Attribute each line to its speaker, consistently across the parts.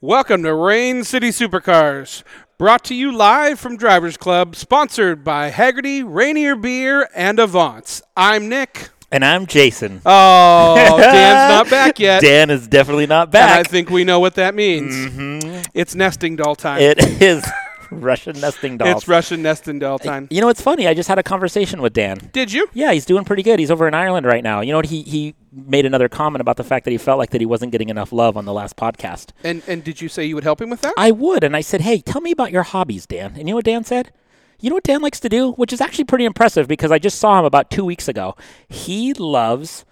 Speaker 1: Welcome to Rain City Supercars, brought to you live from Drivers Club, sponsored by Haggerty, Rainier Beer, and Avance. I'm Nick.
Speaker 2: And I'm Jason.
Speaker 1: Oh, Dan's not back yet.
Speaker 2: Dan is definitely not
Speaker 1: And I
Speaker 2: back.
Speaker 1: think we know what that means. It's nesting doll time.
Speaker 2: Mm-hmm. it is Russian nesting dolls.
Speaker 1: it's Russian nesting doll time.
Speaker 2: You know, it's funny. I just had a conversation with Dan.
Speaker 1: Did you?
Speaker 2: Yeah, he's doing pretty good. He's over in Ireland right now. You know what? He he made another comment about the fact that he felt like that he wasn't getting enough love on the last podcast.
Speaker 1: And and did you say you would help him with that?
Speaker 2: I would, and I said, "Hey, tell me about your hobbies, Dan." And you know what Dan said? You know what Dan likes to do, which is actually pretty impressive because I just saw him about two weeks ago. He loves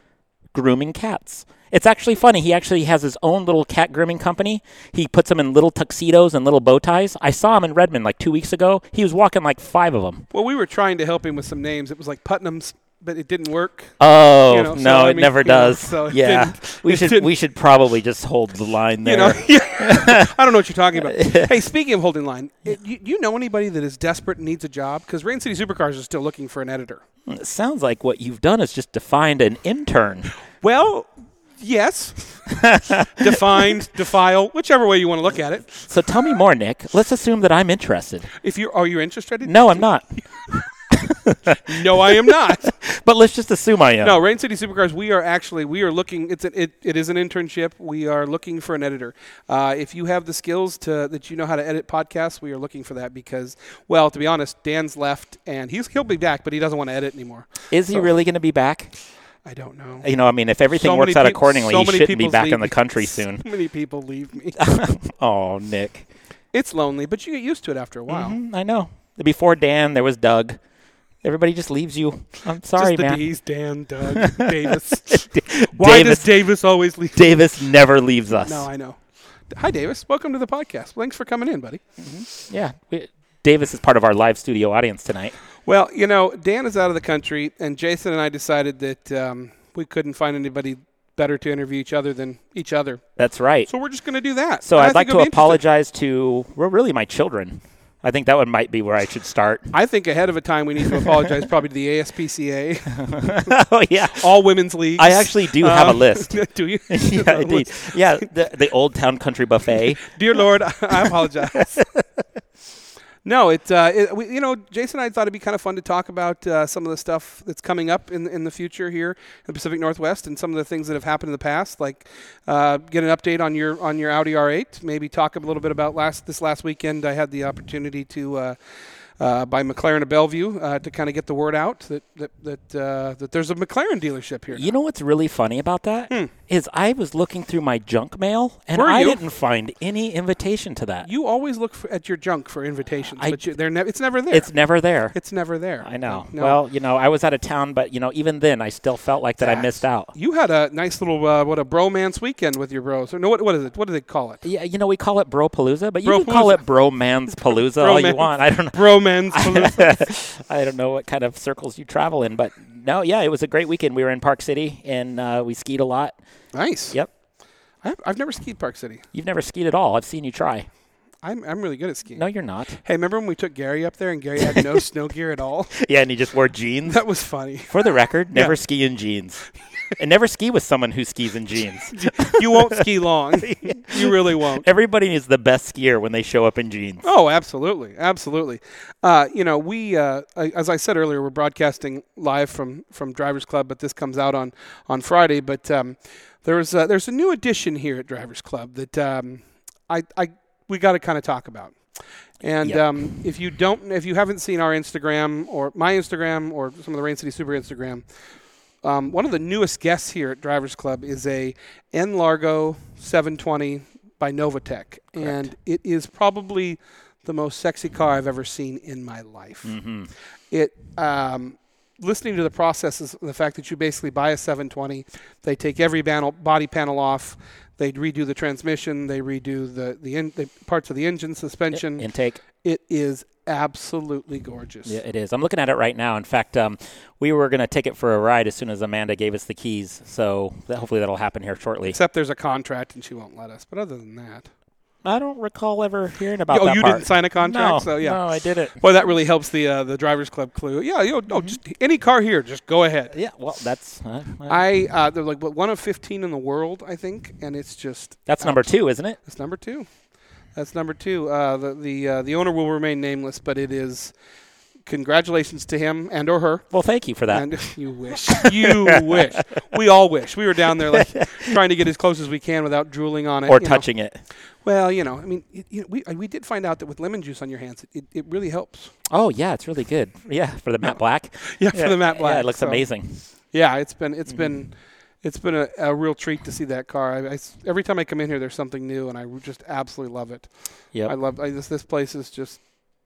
Speaker 2: grooming cats. It's actually funny. He actually has his own little cat grooming company. He puts them in little tuxedos and little bow ties. I saw him in Redmond like two weeks ago. He was walking like five of them.
Speaker 1: well, we were trying to help him with some names. It was like Putnam's, but it didn't work.
Speaker 2: Oh
Speaker 1: You know, so,
Speaker 2: no,
Speaker 1: I
Speaker 2: it
Speaker 1: mean,
Speaker 2: never
Speaker 1: you know,
Speaker 2: does.
Speaker 1: so it
Speaker 2: yeah,
Speaker 1: didn't-
Speaker 2: we
Speaker 1: it
Speaker 2: should
Speaker 1: didn't-
Speaker 2: we should probably just hold the line there.
Speaker 1: You know, yeah. I don't know what you're talking about. hey, speaking of holding line, it, you, you know anybody that is desperate and needs a job? Because Rain City Supercars is still looking for an editor.
Speaker 2: It sounds like what you've done is just defined an intern.
Speaker 1: Well, yes, defined, defile, whichever way you want to look at it.
Speaker 2: So tell me more, Nick. Let's assume that I'm interested.
Speaker 1: If you are you interested? in-
Speaker 2: No, I'm not.
Speaker 1: no, I am not.
Speaker 2: But let's just assume I am.
Speaker 1: No, Rain City Supercars. We are actually we are looking. It's an, it, it is an internship. We are looking for an editor. Uh, if you have the skills to that you know how to edit podcasts, we are looking for that because well, to be honest, Dan's left and he's he'll be back, but he doesn't want to edit anymore.
Speaker 2: Is he really going to be back?
Speaker 1: I don't know.
Speaker 2: You know, I mean, if everything
Speaker 1: So
Speaker 2: works
Speaker 1: many
Speaker 2: out
Speaker 1: peop-
Speaker 2: accordingly,
Speaker 1: so
Speaker 2: he
Speaker 1: many
Speaker 2: shouldn't be
Speaker 1: people's
Speaker 2: back in the
Speaker 1: leave-
Speaker 2: country soon.
Speaker 1: So many people leave me.
Speaker 2: oh, Nick.
Speaker 1: it's lonely, but you get used to it after a while.
Speaker 2: Mm, I know. Before Dan, there was Doug. Everybody just leaves you. I'm sorry,
Speaker 1: Just the
Speaker 2: man.
Speaker 1: D's, Dan, Doug, Davis. Why
Speaker 2: Davis,
Speaker 1: does Davis always leave?
Speaker 2: Davis never leaves us.
Speaker 1: No, I know. Hi, Davis. Welcome to the podcast. Thanks for coming in, buddy.
Speaker 2: yeah. we- Davis is part of our live studio audience tonight.
Speaker 1: Well, you know, Dan is out of the country, and Jason and I decided that um, we couldn't find anybody better to interview each other than each other.
Speaker 2: That's right.
Speaker 1: So we're just going to do that.
Speaker 2: So
Speaker 1: And I
Speaker 2: I'd
Speaker 1: think
Speaker 2: like to
Speaker 1: it'll be interesting.
Speaker 2: apologize to, well, really, my children. I think that one might be where I should start.
Speaker 1: I think ahead of a time we need to apologize probably to the ASPCA,
Speaker 2: oh, yeah.
Speaker 1: all women's leagues.
Speaker 2: I actually do have a
Speaker 1: Um,
Speaker 2: list.
Speaker 1: do you?
Speaker 2: yeah, indeed. Yeah, the, the Old Town Country Buffet.
Speaker 1: Dear Lord, I apologize. No, it, uh, it we, you know, Jason and I thought it'd be kind of fun to talk about uh, some of the stuff that's coming up in in the future here in the Pacific Northwest, and some of the things that have happened in the past. Like, uh, get an update on your on your Audi R8. Maybe talk a little bit about last this last weekend. I had the opportunity to. Uh, uh, by McLaren of Bellevue uh, to kind of get the word out that that that, uh, that there's a McLaren dealership here.
Speaker 2: You know what's really funny about that is I was looking through my junk mail and
Speaker 1: Hmm. Were
Speaker 2: I
Speaker 1: you?
Speaker 2: didn't find any invitation to that.
Speaker 1: You always look for, at your junk for invitations,
Speaker 2: I-
Speaker 1: but you, they're ne- it's never there.
Speaker 2: it's never there.
Speaker 1: It's never there.
Speaker 2: I know.
Speaker 1: No.
Speaker 2: Well, you know, I was out of town, but you know, even then, I still felt like that, I missed out.
Speaker 1: you had a nice little uh, what a bromance weekend with your bros. Or no, what, what is it? What do they call it?
Speaker 2: Yeah, you know, we call it Bro Palooza, but you can call
Speaker 1: Bropalooza.
Speaker 2: it Bro Man's Palooza all you
Speaker 1: Bromance.
Speaker 2: want. I don't know.
Speaker 1: Bromance. palooza.
Speaker 2: I don't know what kind of circles you travel in, but no, yeah, it was a great weekend. We were in Park City and uh, we skied a lot.
Speaker 1: nice.
Speaker 2: Yep.
Speaker 1: I, I've never skied Park City.
Speaker 2: You've never skied at all. I've seen you try.
Speaker 1: I'm I'm really good at skiing.
Speaker 2: No, you're not.
Speaker 1: Hey, remember when we took Gary up there and Gary had no snow gear at all?
Speaker 2: Yeah, and he just wore jeans.
Speaker 1: That was funny.
Speaker 2: For the record, never ski in jeans. and never ski with someone who skis in jeans.
Speaker 1: You won't ski long. You really won't.
Speaker 2: Everybody is the best skier when they show up in jeans.
Speaker 1: Oh, absolutely, absolutely. Uh, you know, we, uh, I- as I said earlier, we're broadcasting live from from Drivers Club, but this comes out on on Friday. But um, there's a, there's a new addition here at Drivers Club that um, I, I we got to kind of talk about. And
Speaker 2: Yep.
Speaker 1: um, if you don't, if you haven't seen our Instagram or my Instagram or some of the Rain City Super Instagram, um, one of the newest guests here at Drivers Club is a N Largo 720 by Novatech, and it is probably the most sexy car I've ever seen in my life. It um, listening to the processes, the fact that you basically buy a 720, they take every panel, body panel off, they redo the transmission, they redo the the, in, the parts of the engine, suspension.
Speaker 2: Intake.
Speaker 1: it is absolutely gorgeous.
Speaker 2: Yeah, it is. I'm looking at it right now. In fact, um, we were going to take it for a ride as soon as Amanda gave us the keys. So that, hopefully that'll happen here shortly.
Speaker 1: Except there's a contract and she won't let us. But other than that,
Speaker 2: I don't recall ever hearing about
Speaker 1: oh,
Speaker 2: that
Speaker 1: you
Speaker 2: part.
Speaker 1: didn't sign a contract,
Speaker 2: no,
Speaker 1: so yeah.
Speaker 2: No, I didn't.
Speaker 1: Boy, that really helps the uh, the drivers club clue. Yeah, you know, no, just any car here, just go ahead.
Speaker 2: Mm-hmm. Yeah, well, that's uh, uh,
Speaker 1: I uh, they're like but one of fifteen in the world, I think, and it's just
Speaker 2: that's number two, isn't it?
Speaker 1: That's number two. That's number two. Uh, the the uh, the owner will remain nameless, but it is congratulations to him and or her.
Speaker 2: Well, thank you for that.
Speaker 1: And you wish, you wish. We all wish. We were down there like trying to get as close as we can without drooling on it
Speaker 2: or
Speaker 1: you know.
Speaker 2: touching it.
Speaker 1: Well, you know, I mean, it, you know, we I- we did find out that with lemon juice on your hands, it, it, it really helps.
Speaker 2: Oh yeah, it's really good. Yeah, for the matte black.
Speaker 1: Yeah, for the matte
Speaker 2: Yeah,
Speaker 1: black,
Speaker 2: it looks
Speaker 1: so.
Speaker 2: amazing. Mm-hmm.
Speaker 1: Yeah, it's been it's been it's been a, a real treat to see that car. I, I s- every time I come in here, there's something new, and I just absolutely love it. I
Speaker 2: Yep.
Speaker 1: love I, this. This place is just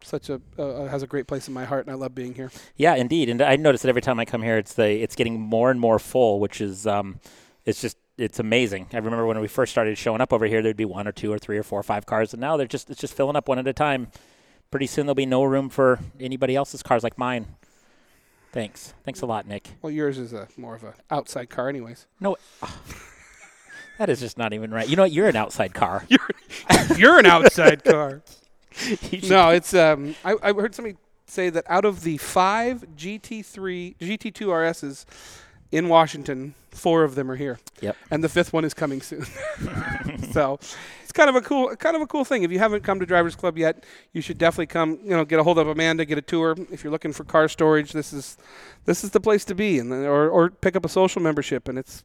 Speaker 1: such a uh, has a great place in my heart, and I love being here.
Speaker 2: Yeah, indeed. And I notice that every time I come here, it's the it's getting more and more full, which is um, it's just it's amazing. I remember when we first started showing up over here, there'd be one or two or three or four or five cars, and now they're just it's just filling up one at a time. Pretty soon there'll be no room for anybody else's cars like mine. Thanks. Thanks a lot, Nick.
Speaker 1: Well, yours is a more of a outside car, anyways.
Speaker 2: No. ah, That is just not even right. You know what? You're an outside car.
Speaker 1: You're you're an outside car.
Speaker 2: You should-
Speaker 1: No, it's um. I, I heard somebody say that out of the five GT3 GT2 RSs in Washington, four of them are here.
Speaker 2: Yep.
Speaker 1: and the fifth one is coming soon. so it's kind of a cool, kind of a cool thing. If you haven't come to Drivers Club yet, you should definitely come. You know, get a hold of Amanda, get a tour. If you're looking for car storage, this is this is the place to be, and then- or or pick up a social membership, and it's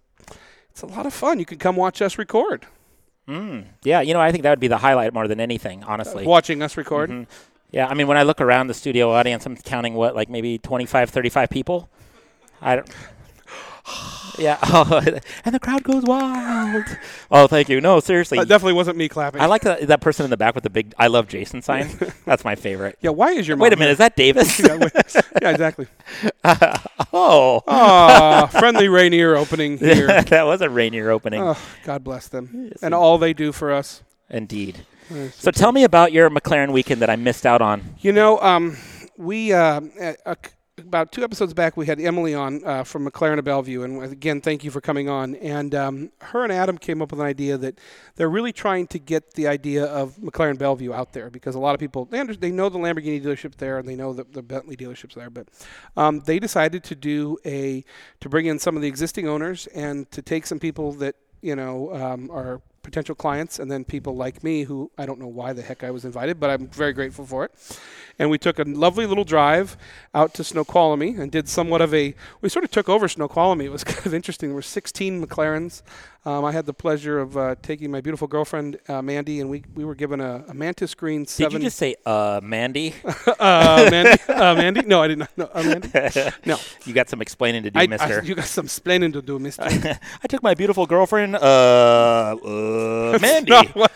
Speaker 1: it's a lot of fun. You can come watch us record,
Speaker 2: Mm. Yeah, you know, I think that would be the highlight more than anything, honestly.
Speaker 1: watching us record.
Speaker 2: Mhm. Yeah, I mean, when I look around the studio audience, I'm counting what, like maybe 25, 35 people? I don't. Yeah, oh, and the crowd goes wild. Oh, thank you. No, seriously.
Speaker 1: Uh, That definitely wasn't me clapping.
Speaker 2: I like that, that person in the back with the big I love Jason sign. That's my favorite.
Speaker 1: yeah, why is your
Speaker 2: Wait a
Speaker 1: mom
Speaker 2: minute, is that Davis?
Speaker 1: here? yeah, wait- yeah, exactly.
Speaker 2: oh.
Speaker 1: Ah, friendly Rainier opening here.
Speaker 2: that was a Rainier opening.
Speaker 1: Oh, God bless them
Speaker 2: Yes,
Speaker 1: and all they do for us.
Speaker 2: Indeed.
Speaker 1: Yes.
Speaker 2: So tell me about your McLaren weekend that I missed out on.
Speaker 1: You know, um, we uh, a, a, about two episodes back we had Emily on uh, from McLaren of Bellevue, and again, thank you for coming on. And um, her and Adam came up with an idea that they're really trying to get the idea of McLaren Bellevue out there because a lot of people they, under, they know the Lamborghini dealership there and they know the, the Bentley dealerships there, but um, they decided to do a to bring in some of the existing owners and to take some people that you know um, are potential clients and then people like me who I don't know why the heck I was invited, but I'm very grateful for it. And we took a lovely little drive out to Snoqualmie and did somewhat of a we sort of took over Snoqualmie. It was kind of interesting. There were 16 McLarens. Um, I had the pleasure of uh, taking my beautiful girlfriend uh, Mandy, and we, we were given a, a mantis green
Speaker 2: Did
Speaker 1: seven.
Speaker 2: you just say, uh, Mandy?
Speaker 1: uh, Mandy, uh, Mandy? No, I did not. No, uh, Mandy. No,
Speaker 2: you got some explaining to do,
Speaker 1: I, I,
Speaker 2: mister.
Speaker 1: you got some splaining to do, Mister. No,
Speaker 2: I took my beautiful girlfriend, uh, uh Mandy.
Speaker 1: what-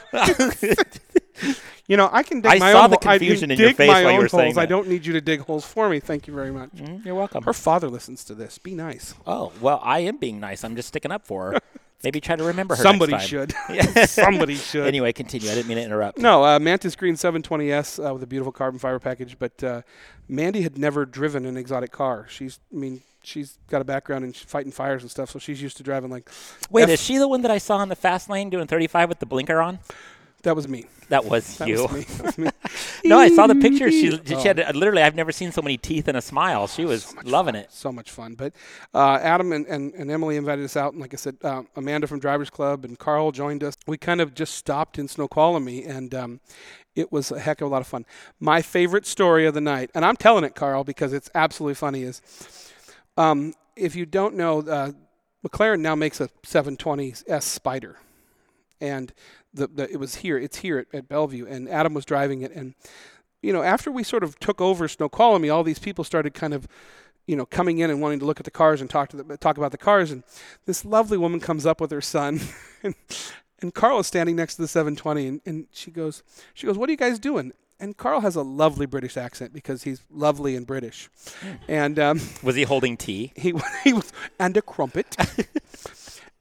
Speaker 1: you know, I can dig
Speaker 2: I
Speaker 1: my
Speaker 2: saw
Speaker 1: own hole- I
Speaker 2: the
Speaker 1: can
Speaker 2: confusion in your
Speaker 1: dig
Speaker 2: face
Speaker 1: my
Speaker 2: while you
Speaker 1: own
Speaker 2: were saying
Speaker 1: holes. I
Speaker 2: that.
Speaker 1: don't need you to dig holes for me. Thank you very much.
Speaker 2: Mm, You're welcome.
Speaker 1: Her father listens to this. Be nice.
Speaker 2: Oh well, I am being nice. I'm just sticking up for her. Maybe try to remember her.
Speaker 1: Somebody
Speaker 2: next time.
Speaker 1: should.
Speaker 2: Yeah.
Speaker 1: Somebody should.
Speaker 2: anyway, continue. I didn't mean to interrupt.
Speaker 1: No, uh, Mantis Green 720S uh, with a beautiful carbon fiber package. But uh, Mandy had never driven an exotic car. She's, I mean, she's got a background in fighting fires and stuff, so she's used to driving like.
Speaker 2: Wait,
Speaker 1: F-
Speaker 2: is she the one that I saw in the fast lane doing 35 with the blinker on?
Speaker 1: that was me.
Speaker 2: That was
Speaker 1: That
Speaker 2: you.
Speaker 1: was me. That was me.
Speaker 2: No, I saw the picture. She, she
Speaker 1: Oh.
Speaker 2: had literally. I've never seen so many teeth and a smile. She was loving it.
Speaker 1: so much fun. But uh, Adam and, and, and Emily invited us out, and like I said, uh, Amanda from Drivers Club and Carl joined us. We kind of just stopped in Snoqualmie, and um, it was a heck of a lot of fun. My favorite story of the night, and I'm telling it, Carl, because it's absolutely funny, is um, if you don't know, uh, McLaren now makes a 720S Spider. And the, the it was here, it's here at, at Bellevue, and Adam was driving it. And, you know, after we sort of took over Snoqualmie, all these people started kind of you know, coming in and wanting to look at the cars and talk to the, talk about the cars. And this lovely woman comes up with her son, and, and Carl is standing next to the 720, and, and she goes, she goes, what are you guys doing? And Carl has a lovely British accent because he's lovely and British, and um,
Speaker 2: Was he holding tea?
Speaker 1: he he was and a crumpet.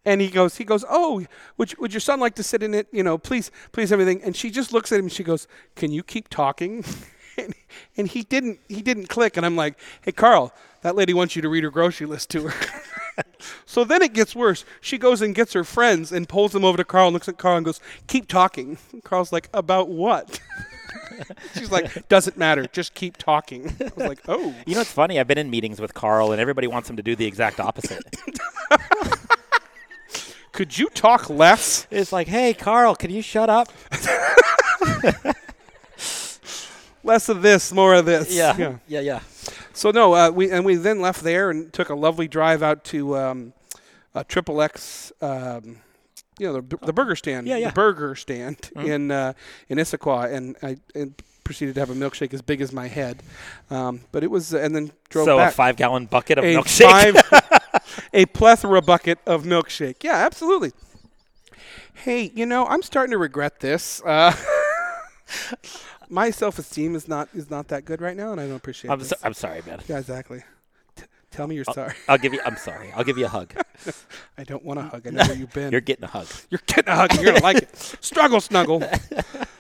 Speaker 1: And he goes, he goes, oh, would, you- would your son like to sit in it? You know, please, please, everything. And she just looks at him. and She goes, can you keep talking? And and he didn't he didn't click and i'm like hey carl that lady wants you to read her grocery list to her so then it gets worse she goes and gets her friends and pulls them over to carl and looks at carl and goes keep talking and carl's like about what she's like doesn't matter just keep talking i was like oh
Speaker 2: You know, it's funny. I've been in meetings with Carl, and everybody wants him to do the exact opposite.
Speaker 1: could you talk less
Speaker 2: it's like, hey, Carl, can you shut up?
Speaker 1: less of this more of this
Speaker 2: yeah, yeah. yeah.
Speaker 1: So no, uh, we and we then left there and took a lovely drive out to um, uh, Triple X, um, you know, the, the burger stand,
Speaker 2: Yeah, Mm-hmm. yeah.
Speaker 1: the burger stand in uh, in Issaquah, and I and proceeded to have a milkshake as big as my head. Um, but it was, and then drove
Speaker 2: So
Speaker 1: back
Speaker 2: a five-gallon bucket of
Speaker 1: a
Speaker 2: milkshake.
Speaker 1: five- a plethora bucket of milkshake. Yeah, absolutely. Hey, you know, I'm starting to regret this. Uh, my self-esteem is not is not that good right now, and I don't appreciate.
Speaker 2: I'm,
Speaker 1: this.
Speaker 2: so, Oh. I'm sorry, man.
Speaker 1: Yeah, exactly. T- tell me you're sorry.
Speaker 2: I'll give you. I'm sorry. I'll give you a hug.
Speaker 1: I don't want a hug. I know where you've been.
Speaker 2: You're getting a hug.
Speaker 1: You're getting a hug. You're gonna like it. Struggle, snuggle.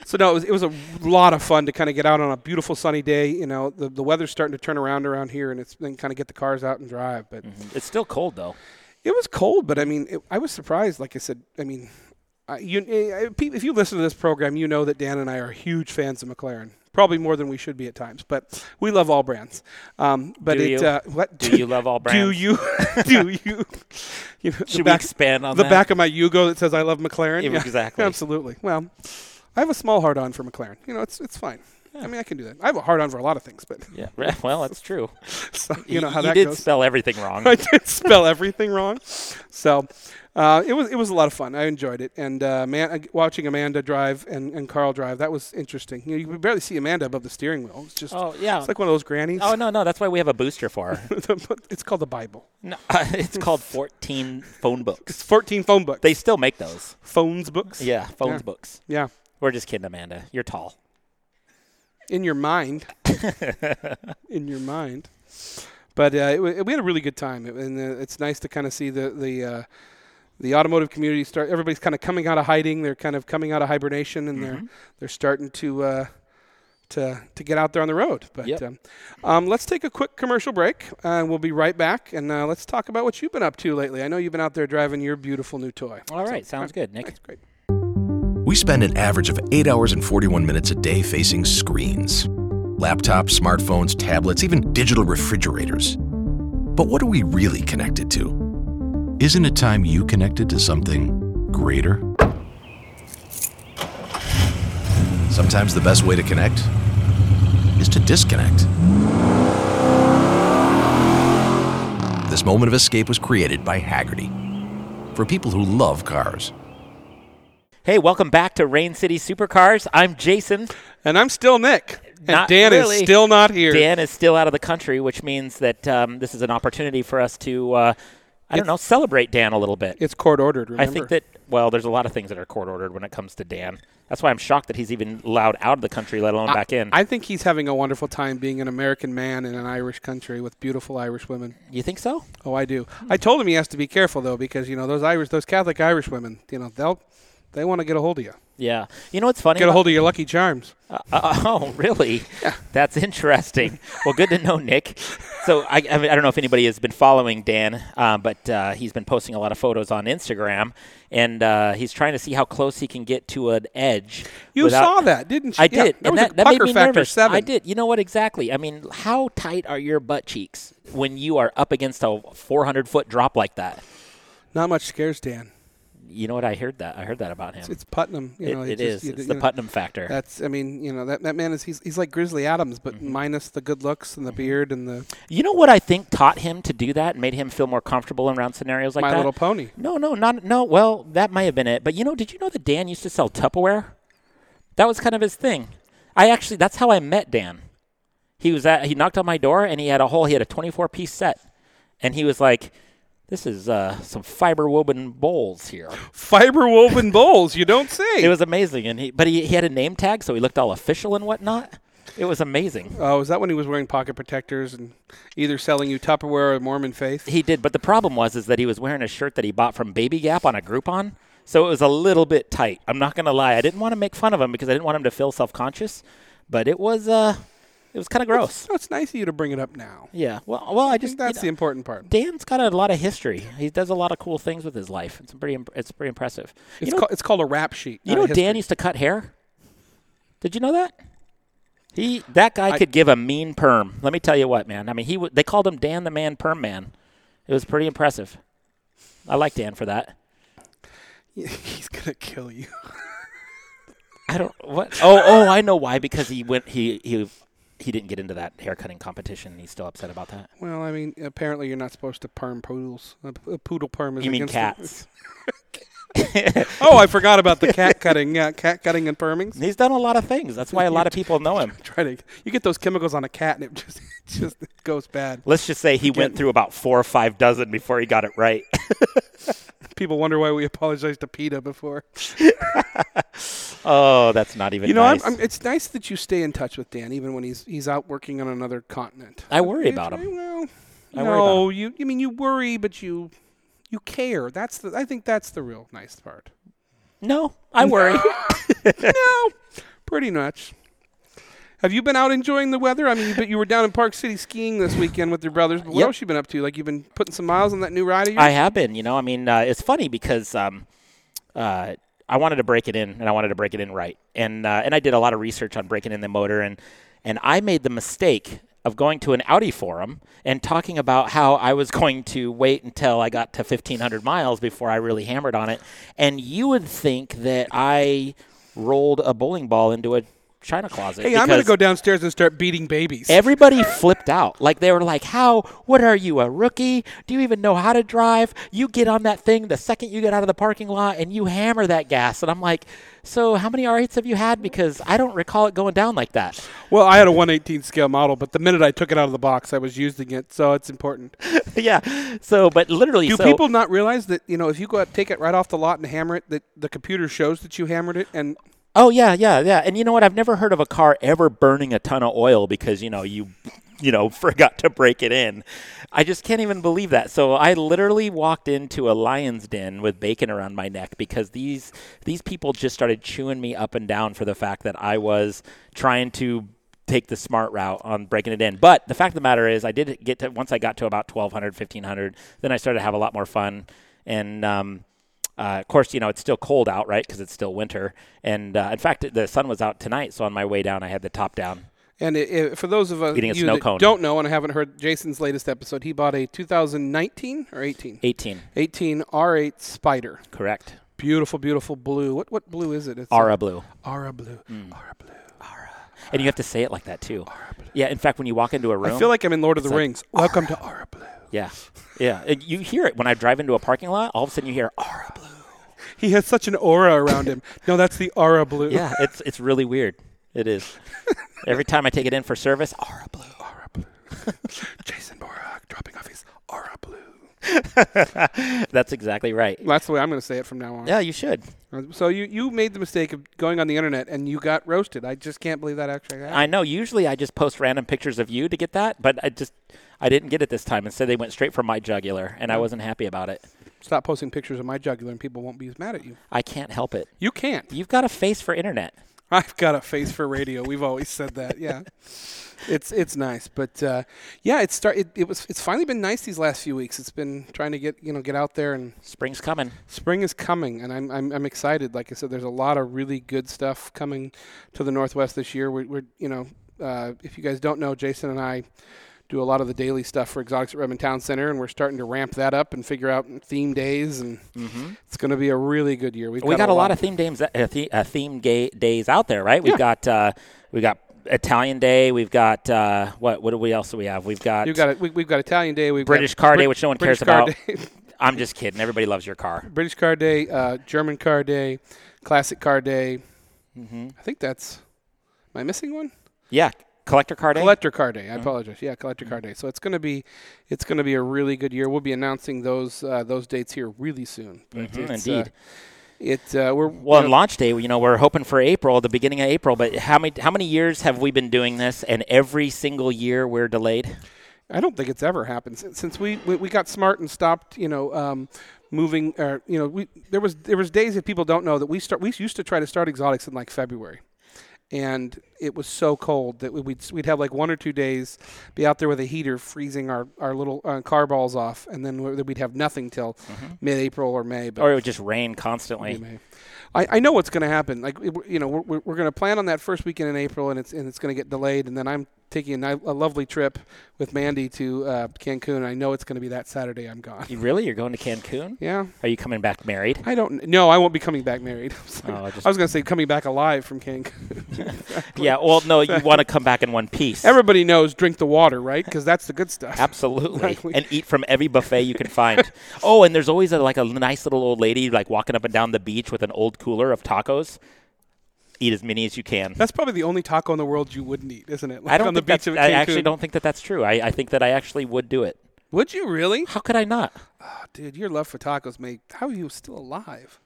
Speaker 1: So no, it was, it was a lot of fun to kind of get out on a beautiful sunny day. You know, the the weather's starting to turn around around here, and it's then kind of get the cars out and drive. But
Speaker 2: It's still cold though.
Speaker 1: it was cold. But I mean, it, I was surprised. Like I said, I mean, I, you I, pe- if you listen to this program, you know that Dan and I are huge fans of McLaren. Probably more than we should be at times, but we love all brands. Um, but
Speaker 2: Do
Speaker 1: it
Speaker 2: you?
Speaker 1: uh, what
Speaker 2: Do you love all brands?
Speaker 1: Do you? do you? you know, the
Speaker 2: Should we
Speaker 1: back-
Speaker 2: expand on
Speaker 1: the
Speaker 2: that?
Speaker 1: back of my Yugo that says I love McLaren.
Speaker 2: Yeah, exactly.
Speaker 1: Absolutely. Well, I have a small hard on for McLaren. You know, it's it's fine. I mean, I can do that. I have a hard on for a lot of things, but
Speaker 2: Yeah. right. Well, that's true.
Speaker 1: so, you know how
Speaker 2: you
Speaker 1: that
Speaker 2: did
Speaker 1: goes.
Speaker 2: spell everything wrong.
Speaker 1: I did spell everything wrong, so uh, it was it was a lot of fun. I enjoyed it, and uh, man, watching Amanda drive and, and Carl drive that was interesting. You know, you could barely see Amanda above the steering wheel. It's just
Speaker 2: Oh yeah.
Speaker 1: it's like one of those grannies.
Speaker 2: oh no, no. That's why we have a booster for her.
Speaker 1: it's called the Bible.
Speaker 2: no, it's called 14 phone books.
Speaker 1: It's 14 phone books.
Speaker 2: They still make those.
Speaker 1: phones books.
Speaker 2: Yeah, phones
Speaker 1: Yeah.
Speaker 2: books.
Speaker 1: Yeah.
Speaker 2: We're just kidding, Amanda. You're tall.
Speaker 1: in your mind, in your mind. But uh, it, wa- we had a really good time, It- and uh, it's nice to kind of see the the uh, the automotive community start. Everybody's kind of coming out of hiding. They're kind of coming out of hibernation, and
Speaker 2: Mm-hmm.
Speaker 1: they're they're starting to. Uh, to, to get out there on the road. But
Speaker 2: Yep.
Speaker 1: um, um, let's take a quick commercial break uh, and we'll be right back. And uh, let's talk about what you've been up to lately. I know you've been out there driving your beautiful new toy.
Speaker 2: All right, sounds good, Nick.
Speaker 1: That's great.
Speaker 3: We spend an average of 8 hours and 41 minutes a day facing screens laptops, smartphones, tablets, even digital refrigerators. But what are we really connected to?
Speaker 4: Isn't it time you connected to something greater?
Speaker 3: Sometimes the best way to connect is to disconnect. This moment of escape was created by Haggerty for people who love cars.
Speaker 2: Hey, welcome back to Rain City Supercars. I'm Jason.
Speaker 1: And I'm still Nick. And
Speaker 2: Not
Speaker 1: Dan
Speaker 2: really.
Speaker 1: is still not here.
Speaker 2: Dan is still out of the country, which means that um, this is an opportunity for us to, uh, I don't know, celebrate Dan a little bit.
Speaker 1: It's court ordered, remember?
Speaker 2: I think that well, there's a lot of things that are court ordered when it comes to Dan. That's why I'm shocked that he's even allowed out of the country, let alone back in.
Speaker 1: I think he's having a wonderful time being an American man in an Irish country with beautiful Irish women.
Speaker 2: you think so?
Speaker 1: Oh, I do. I told him he has to be careful though, because you know those Irish, those Catholic Irish women, you know they'll they want to get a hold of you,
Speaker 2: Yeah. You know what's funny?
Speaker 1: get a
Speaker 2: about-
Speaker 1: hold of your Lucky Charms.
Speaker 2: Uh, oh, really? That's interesting. well, good to know, Nick. So I, I, mean, I don't know if anybody has been following Dan, uh, but uh, he's been posting a lot of photos on Instagram, and uh, he's trying to see how close he can get to an edge.
Speaker 1: You
Speaker 2: without-
Speaker 1: saw that, didn't you?
Speaker 2: I
Speaker 1: Yeah,
Speaker 2: did.
Speaker 1: That
Speaker 2: and
Speaker 1: was
Speaker 2: that,
Speaker 1: a
Speaker 2: that made
Speaker 1: pucker
Speaker 2: me
Speaker 1: factor
Speaker 2: nervous.
Speaker 1: seven.
Speaker 2: I did. You know what exactly? I mean, how tight are your butt cheeks when you are up against a 400 foot drop like that?
Speaker 1: Not much scares Dan.
Speaker 2: You know what? I heard that. I heard that about him.
Speaker 1: It's Putnam. You
Speaker 2: It-
Speaker 1: know,
Speaker 2: it
Speaker 1: just-
Speaker 2: is.
Speaker 1: you-
Speaker 2: It's
Speaker 1: you
Speaker 2: the
Speaker 1: know,
Speaker 2: Putnam factor.
Speaker 1: That's. I mean, you know that, that man is he's he's like Grizzly Adams, but
Speaker 2: Mm-hmm.
Speaker 1: minus the good looks and the beard and the
Speaker 2: You know what I think taught him to do that and made him feel more comfortable around scenarios like
Speaker 1: My
Speaker 2: that?
Speaker 1: Little Pony.
Speaker 2: No, no, not no. Well, that might have been it. But you know, did you know that Dan used to sell Tupperware? That was kind of his thing. I actually that's how I met Dan. He was at he knocked on my door and he had a whole he had a 24 piece set. And he was like, "This is uh, some fiber woven bowls here."
Speaker 1: fiber woven bowls. You don't say.
Speaker 2: It was amazing and he but he, he had a name tag so he looked all official and whatnot. It was amazing.
Speaker 1: Oh, is that when he was wearing pocket protectors and either selling you Tupperware or Mormon faith?
Speaker 2: He did, but the problem was is that he was wearing a shirt that he bought from Baby Gap on a Groupon, so it was a little bit tight. I'm not gonna lie, I didn't want to make fun of him because I didn't want him to feel self conscious, but it was uh, It was kind of gross.
Speaker 1: No, it's nice of you to bring it up now.
Speaker 2: Yeah. Well, well, I
Speaker 1: I
Speaker 2: just
Speaker 1: think that's the
Speaker 2: you know,
Speaker 1: important part.
Speaker 2: Dan's got a lot of history. He does a lot of cool things with his life. It's pretty. Imp- it's pretty impressive.
Speaker 1: It's,
Speaker 2: you know,
Speaker 1: ca- it's called a rap sheet.
Speaker 2: you
Speaker 1: not a
Speaker 2: know
Speaker 1: history.
Speaker 2: Dan used to cut hair. Did you know that? He that guy
Speaker 1: I-
Speaker 2: could give a mean perm. Let me tell you what, man. I mean, he w- they called him Dan the Man Perm Man. It was pretty impressive. I like Dan for that.
Speaker 1: He's gonna kill you.
Speaker 2: I don't what. Oh, oh, I know why. Because he went. He he he didn't get into that hair cutting competition. and He's still upset about that.
Speaker 1: Well, I mean, apparently you're not supposed to perm poodles. A p- a poodle perm is
Speaker 2: You mean
Speaker 1: against the-
Speaker 2: cats?
Speaker 1: oh, I forgot about the cat cutting. Yeah, cat cutting and permings.
Speaker 2: He's done a lot of things. That's why a lot of people know him.
Speaker 1: Try to you get those chemicals on a cat and it just it just goes bad.
Speaker 2: Let's just say he went through about four or five dozen before he got it right.
Speaker 1: People wonder why we apologized to PETA before.
Speaker 2: oh, that's not even.
Speaker 1: You know,
Speaker 2: nice.
Speaker 1: I'm, I'm, it's nice that you stay in touch with Dan, even when he's he's out working on another continent.
Speaker 2: I worry
Speaker 1: It's-
Speaker 2: about him.
Speaker 1: Well, no,
Speaker 2: I worry about
Speaker 1: you. I mean, you worry, but you you care. That's the. I think that's the real nice part.
Speaker 2: no, I worry.
Speaker 1: no, pretty much. Have you been out enjoying the weather? I mean, you, but you were down in Park City skiing this weekend with your brothers. But what
Speaker 2: Yep.
Speaker 1: else you been up to? Like you've been putting some miles on that new ride of yours.
Speaker 2: I have been. You know, I mean, uh, it's funny because um, uh, I wanted to break it in, and I wanted to break it in right, and uh, and I did a lot of research on breaking in the motor, and and I made the mistake of going to an Audi forum and talking about how I was going to wait until I got to 1500 miles before I really hammered on it, and you would think that I rolled a bowling ball into a china closet.
Speaker 1: hey, I'm going to
Speaker 2: because-
Speaker 1: go downstairs and start beating babies.
Speaker 2: Everybody flipped out. Like they were like, "How? What are you, a rookie? Do you even know how to drive? You get on that thing the second you get out of the parking lot and you hammer that gas." And I'm like, "So how many R8s have you had? Because I don't recall it going down like that."
Speaker 1: well, I had a 118 scale model, but the minute I took it out of the box, I was using it, so it's important.
Speaker 2: yeah. So, but literally,
Speaker 1: Do
Speaker 2: so-
Speaker 1: people not realize that you know if you go out, take it right off the lot and hammer it, that the computer shows that you hammered it, and
Speaker 2: Oh yeah, yeah, yeah. And you know what? I've never heard of a car ever burning a ton of oil because you know you, you know, forgot to break it in. I just can't even believe that. So I literally walked into a lion's den with bacon around my neck because these these people just started chewing me up and down for the fact that I was trying to take the smart route on breaking it in. But the fact of the matter is, I did get to once I got to about 1200, 1500, then I started to have a lot more fun and. um uh, of course, you know, it's still cold out, right? Because it's still winter. And uh, in fact, the sun was out tonight. So on my way down, I had the top down.
Speaker 1: And it, it, for those of us
Speaker 2: Eating a
Speaker 1: you
Speaker 2: snow
Speaker 1: that
Speaker 2: cone.
Speaker 1: don't know and haven't heard Jason's latest episode, he bought a 2019 or 18?
Speaker 2: 18,
Speaker 1: 18 R8 Spider.
Speaker 2: correct.
Speaker 1: Beautiful, beautiful blue. What what blue is it? It's
Speaker 2: Aura blue.
Speaker 1: Aura blue. Aura blue.
Speaker 2: And you have to say it like that, too. Yeah. In fact, when you walk into a room,
Speaker 1: I feel like I'm in Lord of the
Speaker 2: like
Speaker 1: Rings. Welcome to Aura blue.
Speaker 2: yeah. Yeah. And you hear it when I drive into a parking lot. All of a sudden, you hear, aura blue.
Speaker 1: He has such an aura around him. No, that's the Aura blue.
Speaker 2: Yeah. It's, it's really weird. It is. Every time I take it in for service, aura blue.
Speaker 1: Aura blue. Jason Borak dropping off his Aura blue.
Speaker 2: That's exactly right.
Speaker 1: That's the way I'm going to say it from now on.
Speaker 2: Yeah, you should.
Speaker 1: So you, you made the mistake of going on the internet and you got roasted. I just can't believe that actually happened.
Speaker 2: I know. Usually, I just post random pictures of you to get that, but I just I didn't get it this time. Instead, they went straight for my jugular, and I wasn't happy about it.
Speaker 1: Stop posting pictures of my jugular and people won't be as mad at you.
Speaker 2: I can't help it.
Speaker 1: You can't.
Speaker 2: You've got a face for internet.
Speaker 1: I've got a face for radio. We've always said that. Yeah. It's it's nice, but uh, yeah, it's start it, it was it's finally been nice these last few weeks. It's been trying to get, you know, get out there and
Speaker 2: Spring's coming.
Speaker 1: spring is coming and I'm I'm I'm excited. Like I said, there's a lot of really good stuff coming to the Northwest this year. We're, we're you know, uh, if you guys don't know, Jason and I do a lot of the daily stuff for Exotics at Redmond Town Center, and we're starting to ramp that up and figure out theme days, and it's going to be a really good year. We've
Speaker 2: we got a lot of theme days, uh, the, uh, theme ga- days out there, right? We've
Speaker 1: Yeah.
Speaker 2: got uh, we got Italian Day. We've got uh, what? What do we else do we have? We've got,
Speaker 1: You got it. We, we've got Italian Day. We've
Speaker 2: British
Speaker 1: got
Speaker 2: Car Day,
Speaker 1: Brit-
Speaker 2: which no one
Speaker 1: British
Speaker 2: cares
Speaker 1: Car
Speaker 2: about.
Speaker 1: Day,
Speaker 2: I'm just kidding. Everybody loves your car.
Speaker 1: British Car Day, uh, German Car Day, Classic Car Day.
Speaker 2: Mm-hmm.
Speaker 1: I think that's. Am I missing one?
Speaker 2: Yeah, collector car day.
Speaker 1: Collector Car Day. I apologize. Yeah, Collector Car Day. So it's going to be, it's going to be a really good year. We'll be announcing those uh, those dates here really soon. But
Speaker 2: Mhm,
Speaker 1: it's,
Speaker 2: indeed.
Speaker 1: Uh, it uh, we're
Speaker 2: Well,
Speaker 1: you
Speaker 2: on
Speaker 1: know,
Speaker 2: launch day, you know, we're hoping for April, the beginning of April. But how many how many years have we been doing this? And every single year we're delayed.
Speaker 1: I don't think it's ever happened since, since we, we we got smart and stopped. You know. Um, Moving, or you know, we there was there was days if people don't know that we start we used to try to start exotics in like February, and it was so cold that we- we'd we'd have like one or two days be out there with a heater freezing our our little uh, car balls off, and then we- we'd have nothing till mid-April or May. But
Speaker 2: Or it would just rain constantly.
Speaker 1: May. I, I know what's going to happen. Like it- you know, we're, we're- we're going to plan on that first weekend in April, and it's and it's going to get delayed. And then I'm taking a, ni- a lovely trip with Mandy to uh, Cancun. And I know it's going to be that Saturday. I'm gone.
Speaker 2: You really? You're going to Cancun?
Speaker 1: Yeah,
Speaker 2: Are you coming back married?
Speaker 1: I don't. No, I won't be coming back married. I was,
Speaker 2: Oh, just-
Speaker 1: I was going to say coming back alive from Cancun.
Speaker 2: Yeah. Well, no, you want to come back in one piece.
Speaker 1: Everybody knows drink the water, right? Because that's the good stuff.
Speaker 2: Absolutely,
Speaker 1: Exactly.
Speaker 2: and eat from every buffet you can find. oh, and there's always a, like a nice little old lady like walking up and down the beach with an old cooler of tacos. Eat as many as you can.
Speaker 1: That's probably the only taco in the world you wouldn't eat, isn't it? Like
Speaker 2: I don't
Speaker 1: on the
Speaker 2: think that's,
Speaker 1: beach of
Speaker 2: I
Speaker 1: Cancun.
Speaker 2: actually don't think that that's true. I, I think that I actually would do it.
Speaker 1: Would you really?
Speaker 2: How could I not?
Speaker 1: Oh, dude, your love for tacos, mate. How are you still alive?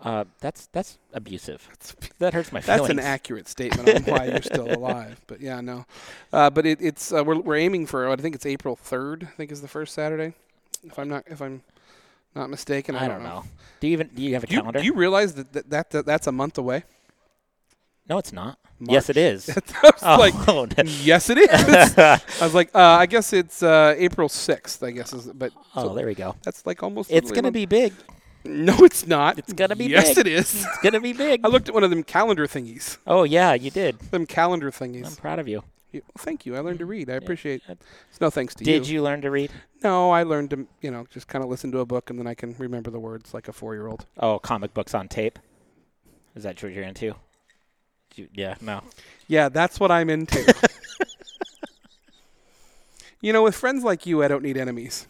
Speaker 2: Uh, that's that's abusive. That hurts my
Speaker 1: That's
Speaker 2: feelings.
Speaker 1: an accurate statement on why you're still alive. But yeah, no. Uh, but it, it's uh, we're, we're aiming for. I think it's April third. I think is the first Saturday. If I'm not if I'm not mistaken, I,
Speaker 2: I don't know. Do you even do you have a
Speaker 1: Do you,
Speaker 2: calendar?
Speaker 1: do you realize that, that, that that that's a month away?
Speaker 2: no, it's not. Yes, it is.
Speaker 1: I was
Speaker 2: oh,
Speaker 1: like, yes, it is. I was like, uh, I guess it's uh, April sixth. I guess is but
Speaker 2: oh,
Speaker 1: so
Speaker 2: there we go.
Speaker 1: that's like almost.
Speaker 2: It's
Speaker 1: literally a
Speaker 2: gonna
Speaker 1: month.
Speaker 2: be big.
Speaker 1: No, it's not.
Speaker 2: It's gonna be
Speaker 1: Yes,
Speaker 2: big.
Speaker 1: it is.
Speaker 2: It's gonna be big.
Speaker 1: I looked at one of them calendar thingies.
Speaker 2: oh yeah, you did.
Speaker 1: Them calendar
Speaker 2: I'm
Speaker 1: thingies.
Speaker 2: proud of you.
Speaker 1: You- Thank you. I learned to read. I appreciate. It's no thanks to you.
Speaker 2: Mm-hmm. Did you learn to read?
Speaker 1: No, I learned to, you know, just kind of listen to a book and then I can remember the words like a four year old.
Speaker 2: Oh, comic books on tape. Is that what you're into? Do You, yeah, no.
Speaker 1: Yeah, that's what I'm into. you know, with friends like you, I don't need enemies.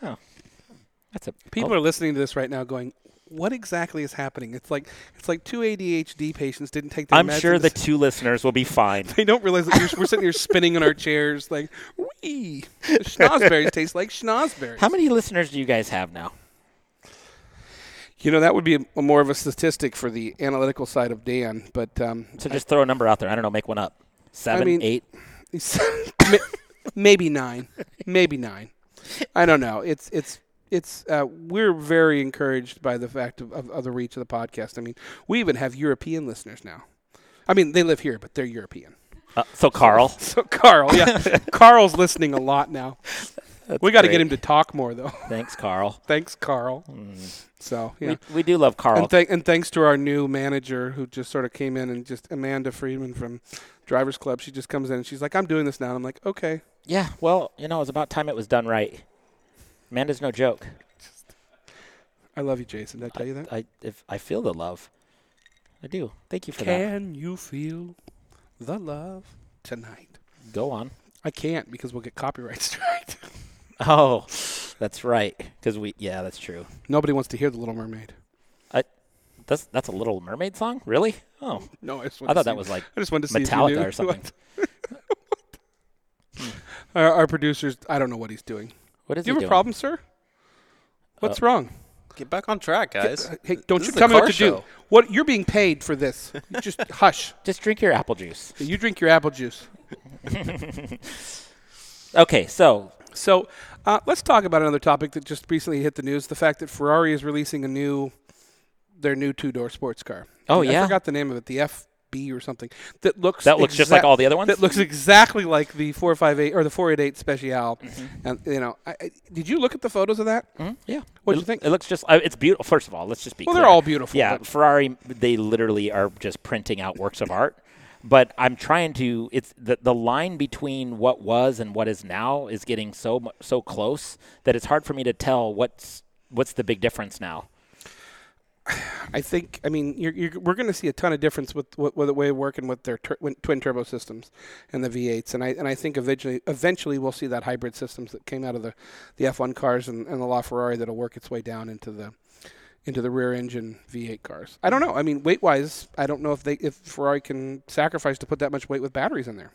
Speaker 2: That's a oh.
Speaker 1: People are listening to this right now going, what exactly is happening? It's like it's like two ADHD patients didn't take their
Speaker 2: I'm
Speaker 1: meds
Speaker 2: sure
Speaker 1: and
Speaker 2: the
Speaker 1: just-
Speaker 2: two listeners will be fine.
Speaker 1: they don't realize that you're, we're sitting here spinning in our chairs like, wee. Schnozberries taste like schnozberries.
Speaker 2: How many listeners do you guys have now?
Speaker 1: You know, that would be a, a more of a statistic for the analytical side of Dan, but um,
Speaker 2: So just throw a number out there. I don't know. Make one up. Seven,
Speaker 1: mean-
Speaker 2: eight.
Speaker 1: Ma- maybe nine, maybe nine. I don't know. It's it's it's uh, we're very encouraged by the fact of, of, of the reach of the podcast. I mean, we even have European listeners now. I mean, they live here, but they're European.
Speaker 2: Uh, so Carl,
Speaker 1: So Carl, yeah, Carl's listening a lot now. we got to get
Speaker 2: great.
Speaker 1: him to talk more though.
Speaker 2: thanks, Carl. Mm.
Speaker 1: thanks, Carl. So yeah.
Speaker 2: We, we do love Carl.
Speaker 1: and, th- and thanks to our new manager who just sort of came in and just Amanda Friedman from Drivers Club. She just comes in and she's like, I'm doing this now. And I'm like, okay.
Speaker 2: yeah. Well, you know, it was about time it was done right. Amanda's no joke.
Speaker 1: I love you, Jason. Did I tell you that?
Speaker 2: I if I feel the love, I do. Thank you for
Speaker 1: Can you feel the love tonight?
Speaker 2: that. Go on.
Speaker 1: I can't because we'll get copyright strike.
Speaker 2: Oh, that's right. Because we yeah, that's true.
Speaker 1: Nobody wants to hear the Little Mermaid.
Speaker 2: I, that's that's a Little Mermaid song, really? Oh,
Speaker 1: No, I just wanted
Speaker 2: I
Speaker 1: to
Speaker 2: thought
Speaker 1: see-
Speaker 2: that was like
Speaker 1: I just wanted to see if you knew.
Speaker 2: Metallica or something.
Speaker 1: Our, our producers, I don't know what he's doing.
Speaker 2: What is
Speaker 1: Do you have
Speaker 2: he doing? Uh,
Speaker 1: a problem, sir? What's wrong? uh,
Speaker 5: Get back on track, guys.
Speaker 1: Hey, don't
Speaker 5: This
Speaker 1: you
Speaker 5: is a
Speaker 1: tell me what
Speaker 5: car
Speaker 1: to do.
Speaker 5: show.
Speaker 1: What you're being paid for this? You just hush.
Speaker 2: Just drink your apple juice.
Speaker 1: You drink your apple juice.
Speaker 2: Okay, so
Speaker 1: So uh, let's talk about another topic that just recently hit the news: the fact that Ferrari is releasing a new, their new two-door sports car.
Speaker 2: Oh,
Speaker 1: I
Speaker 2: yeah?
Speaker 1: forgot the name of it, the FB or something. That looks
Speaker 2: That looks just like all the other ones?
Speaker 1: That looks exactly like the 458 or the 488 Special.
Speaker 2: Mm-hmm.
Speaker 1: And you know, I, I, did you look at the photos of that?
Speaker 2: yeah,
Speaker 1: What'd
Speaker 2: It-
Speaker 1: you think?
Speaker 2: It looks just uh, it's beautiful. First of all, let's just be
Speaker 1: Well,
Speaker 2: clear.
Speaker 1: they're all beautiful,
Speaker 2: Yeah,
Speaker 1: but-
Speaker 2: Ferrari they literally are just printing out works of art. But I'm trying to. It's the the line between what was and what is now is getting so mu- so close that it's hard for me to tell what's what's the big difference now.
Speaker 1: I think. I mean, you're, you're, we're going to see a ton of difference with, with, with the way we're working with their tur- win- twin turbo systems and the V8s, and I and I think eventually eventually we'll see that hybrid systems that came out of the, the F1 cars and, and the LaFerrari that'll work its way down into the into the rear engine V8 cars. I don't know. I mean, weight wise, I don't know if they if Ferrari can sacrifice to put that much weight with batteries in there.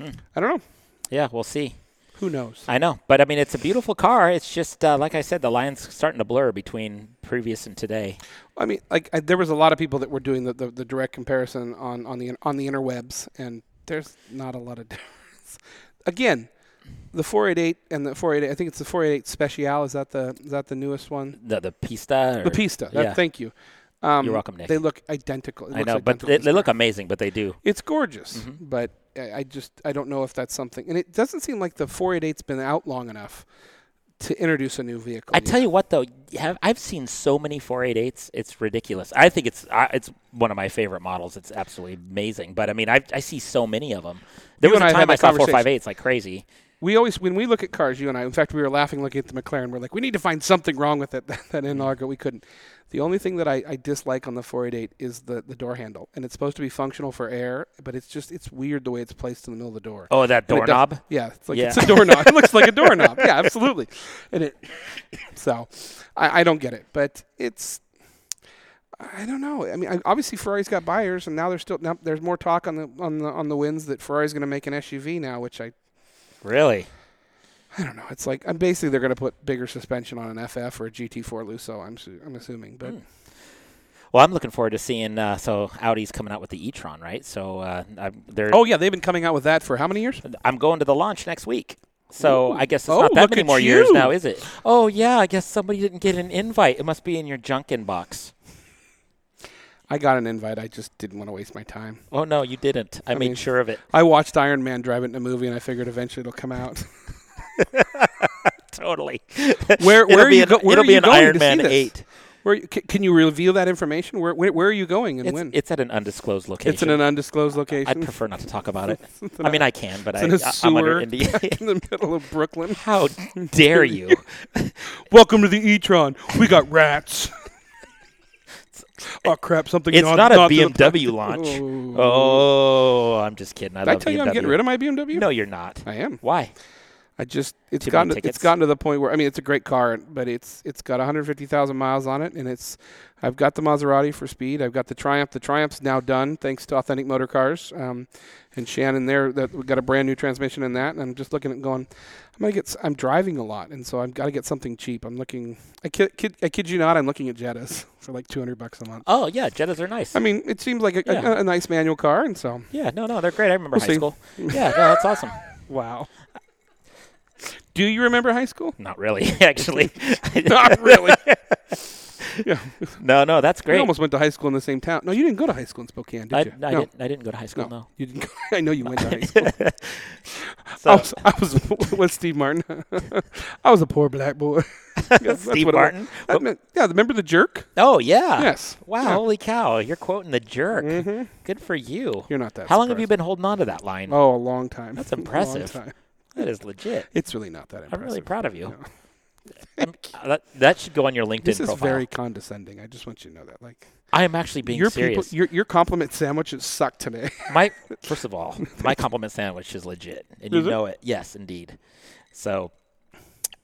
Speaker 1: I don't know.
Speaker 2: Yeah, we'll see.
Speaker 1: Who knows?
Speaker 2: I know, but I mean, it's a beautiful car. It's just uh, like I said, the line's starting to blur between previous and today.
Speaker 1: I mean, like I, there was a lot of people that were doing the, the, the direct comparison on, on the on the interwebs, and there's not a lot of difference. Again, the 488 and the 488. I think it's the 488 Special. Is that the is that the newest one?
Speaker 2: The the Pista. Or,
Speaker 1: The Pista. That,
Speaker 2: yeah.
Speaker 1: Thank you. Um,
Speaker 2: You're welcome, Nick.
Speaker 1: They look identical. It
Speaker 2: I
Speaker 1: looks
Speaker 2: know, but
Speaker 1: identical
Speaker 2: they,
Speaker 1: to
Speaker 2: they Mm-hmm. look
Speaker 1: Square.
Speaker 2: amazing, but they do.
Speaker 1: It's gorgeous, but I I just I don't know if that's something. And it doesn't seem like the 488's been out long enough to introduce a new vehicle.
Speaker 2: I tell you what, though, you have, I've seen so many 488s. It's ridiculous. I think it's I it's one of my favorite models. It's absolutely amazing. But I mean, I, I see so many of them. There
Speaker 1: You
Speaker 2: was
Speaker 1: and I
Speaker 2: a
Speaker 1: had
Speaker 2: time I
Speaker 1: that
Speaker 2: saw
Speaker 1: conversation.
Speaker 2: 458s like crazy.
Speaker 1: we always when we look at cars, you and I. In fact, we were laughing looking at the McLaren. We're like, we need to find something wrong with it. That, that
Speaker 2: Mm-hmm.
Speaker 1: in Largo we couldn't. The only thing that I, I dislike on the 488 is the the door handle, and it's supposed to be functional for air, but it's just it's weird the way it's placed in the middle of the door.
Speaker 2: Oh, that
Speaker 1: And it does-
Speaker 2: doorknob.
Speaker 1: Yeah, it's like
Speaker 2: Yeah.
Speaker 1: it's a doorknob. it looks like a doorknob. Yeah, absolutely. And it so I, I don't get it, but it's I don't know. I mean, I- obviously Ferrari's got buyers, and now there's still now there's more talk on the on the on the wins that Ferrari's going to make an SUV now, which I
Speaker 2: Really?
Speaker 1: I don't know. It's like I'm basically they're going to put bigger suspension on an FF or a GT4 Lusso. I'm su- I'm assuming, but
Speaker 2: Well, I'm looking forward to seeing. Uh, so Audi's coming out with the e-tron, right? So uh, I'm, they're
Speaker 1: oh yeah, they've been coming out with that for how many years?
Speaker 2: I'm going to the launch next week. So I guess it's
Speaker 1: Oh,
Speaker 2: not that
Speaker 1: look
Speaker 2: many
Speaker 1: at
Speaker 2: more years
Speaker 1: you.
Speaker 2: now, is it? Oh yeah, I guess somebody didn't get an invite. It must be in your junk inbox.
Speaker 1: I got an invite. I just didn't want to waste my time.
Speaker 2: Oh no, you didn't. I, made
Speaker 1: mean-
Speaker 2: sure of it.
Speaker 1: I watched Iron Man drive it in a movie, and I figured eventually it'll come out.
Speaker 2: Totally.
Speaker 1: Where
Speaker 2: It'll
Speaker 1: where are
Speaker 2: be
Speaker 1: you
Speaker 2: an-
Speaker 1: go- where
Speaker 2: it'll
Speaker 1: are
Speaker 2: be
Speaker 1: you
Speaker 2: an
Speaker 1: going
Speaker 2: Iron
Speaker 1: to
Speaker 2: Man
Speaker 1: see this?
Speaker 2: 8.
Speaker 1: Where you- ca- can you reveal that information? Where where, where are you going and
Speaker 2: It's,
Speaker 1: when?
Speaker 2: it's at an undisclosed location.
Speaker 1: It's in an undisclosed location.
Speaker 2: I'd prefer not to talk about it. I mean, I can, but I,
Speaker 1: in a
Speaker 2: I, am under
Speaker 1: sewer
Speaker 2: NDA.
Speaker 1: in the middle of Brooklyn.
Speaker 2: How dare you?
Speaker 1: Welcome to the e-tron. We got rats. oh crap! Something.
Speaker 2: It's
Speaker 1: gnawed-
Speaker 2: not a
Speaker 1: gnawed through the
Speaker 2: BMW
Speaker 1: plastic.
Speaker 2: launch.
Speaker 1: Oh.
Speaker 2: Oh, I'm just kidding. I
Speaker 1: Did I
Speaker 2: love
Speaker 1: tell you I'm getting rid of my BMW?
Speaker 2: No, you're not.
Speaker 1: I am.
Speaker 2: Why?
Speaker 1: I just it's
Speaker 2: Too many
Speaker 1: gotten to,
Speaker 2: tickets?
Speaker 1: it's gotten to the point where I mean it's a great car, but it's it's got 150,000 miles on it, and it's I've got the Maserati for speed. I've got the Triumph. The Triumph's now done thanks to Authentic Motor Cars um, and Shannon there that we got a brand new transmission in that, and I'm just looking at going. I'm gonna get s- I'm driving a lot, and so I've got to get something cheap. I'm looking. I kid, kid I kid you not. I'm looking at Jettas for like 200 bucks a month.
Speaker 2: Oh yeah, Jettas are nice.
Speaker 1: I mean, it seems like a, a-
Speaker 2: Yeah.
Speaker 1: a, nice manual car, and so
Speaker 2: yeah, no, no, they're great. I remember high
Speaker 1: see.
Speaker 2: school. Yeah, no, that's awesome.
Speaker 1: wow. Do you remember high school?
Speaker 2: Not really, actually.
Speaker 1: Not really. yeah.
Speaker 2: no, no, that's
Speaker 1: We
Speaker 2: great.
Speaker 1: almost went to high school in the same town. No, you didn't go to high school in Spokane, did
Speaker 2: I,
Speaker 1: you?
Speaker 2: I
Speaker 1: no.
Speaker 2: didn't. I didn't go to high school. No.
Speaker 1: You didn't go. I know you went to high school.
Speaker 2: So,
Speaker 1: I was, I was with Steve Martin. I was a poor black boy. Yes, that's
Speaker 2: Steve
Speaker 1: what it was.
Speaker 2: Martin?
Speaker 1: That meant- yeah, remember the jerk?
Speaker 2: oh yeah.
Speaker 1: Yes.
Speaker 2: Wow,
Speaker 1: Yeah. Mm-hmm.
Speaker 2: holy cow! You're quoting the jerk. Good for you.
Speaker 1: You're not that.
Speaker 2: How long have you
Speaker 1: surprised.
Speaker 2: been holding on to that line?
Speaker 1: Oh, a long time.
Speaker 2: That's
Speaker 1: A long
Speaker 2: impressive.
Speaker 1: time.
Speaker 2: That is legit.
Speaker 1: It's really not that impressive.
Speaker 2: I'm really proud of you.
Speaker 1: Yeah.
Speaker 2: I'm- uh, that, that should go on your LinkedIn
Speaker 1: This is
Speaker 2: profile.
Speaker 1: very condescending. I just want you to know that. Like
Speaker 2: I am actually being
Speaker 1: your
Speaker 2: serious.
Speaker 1: people, your your compliment sandwiches suck today.
Speaker 2: my first of all, my compliment sandwich is legit, and you
Speaker 1: Is it?
Speaker 2: know it. Yes, indeed. So,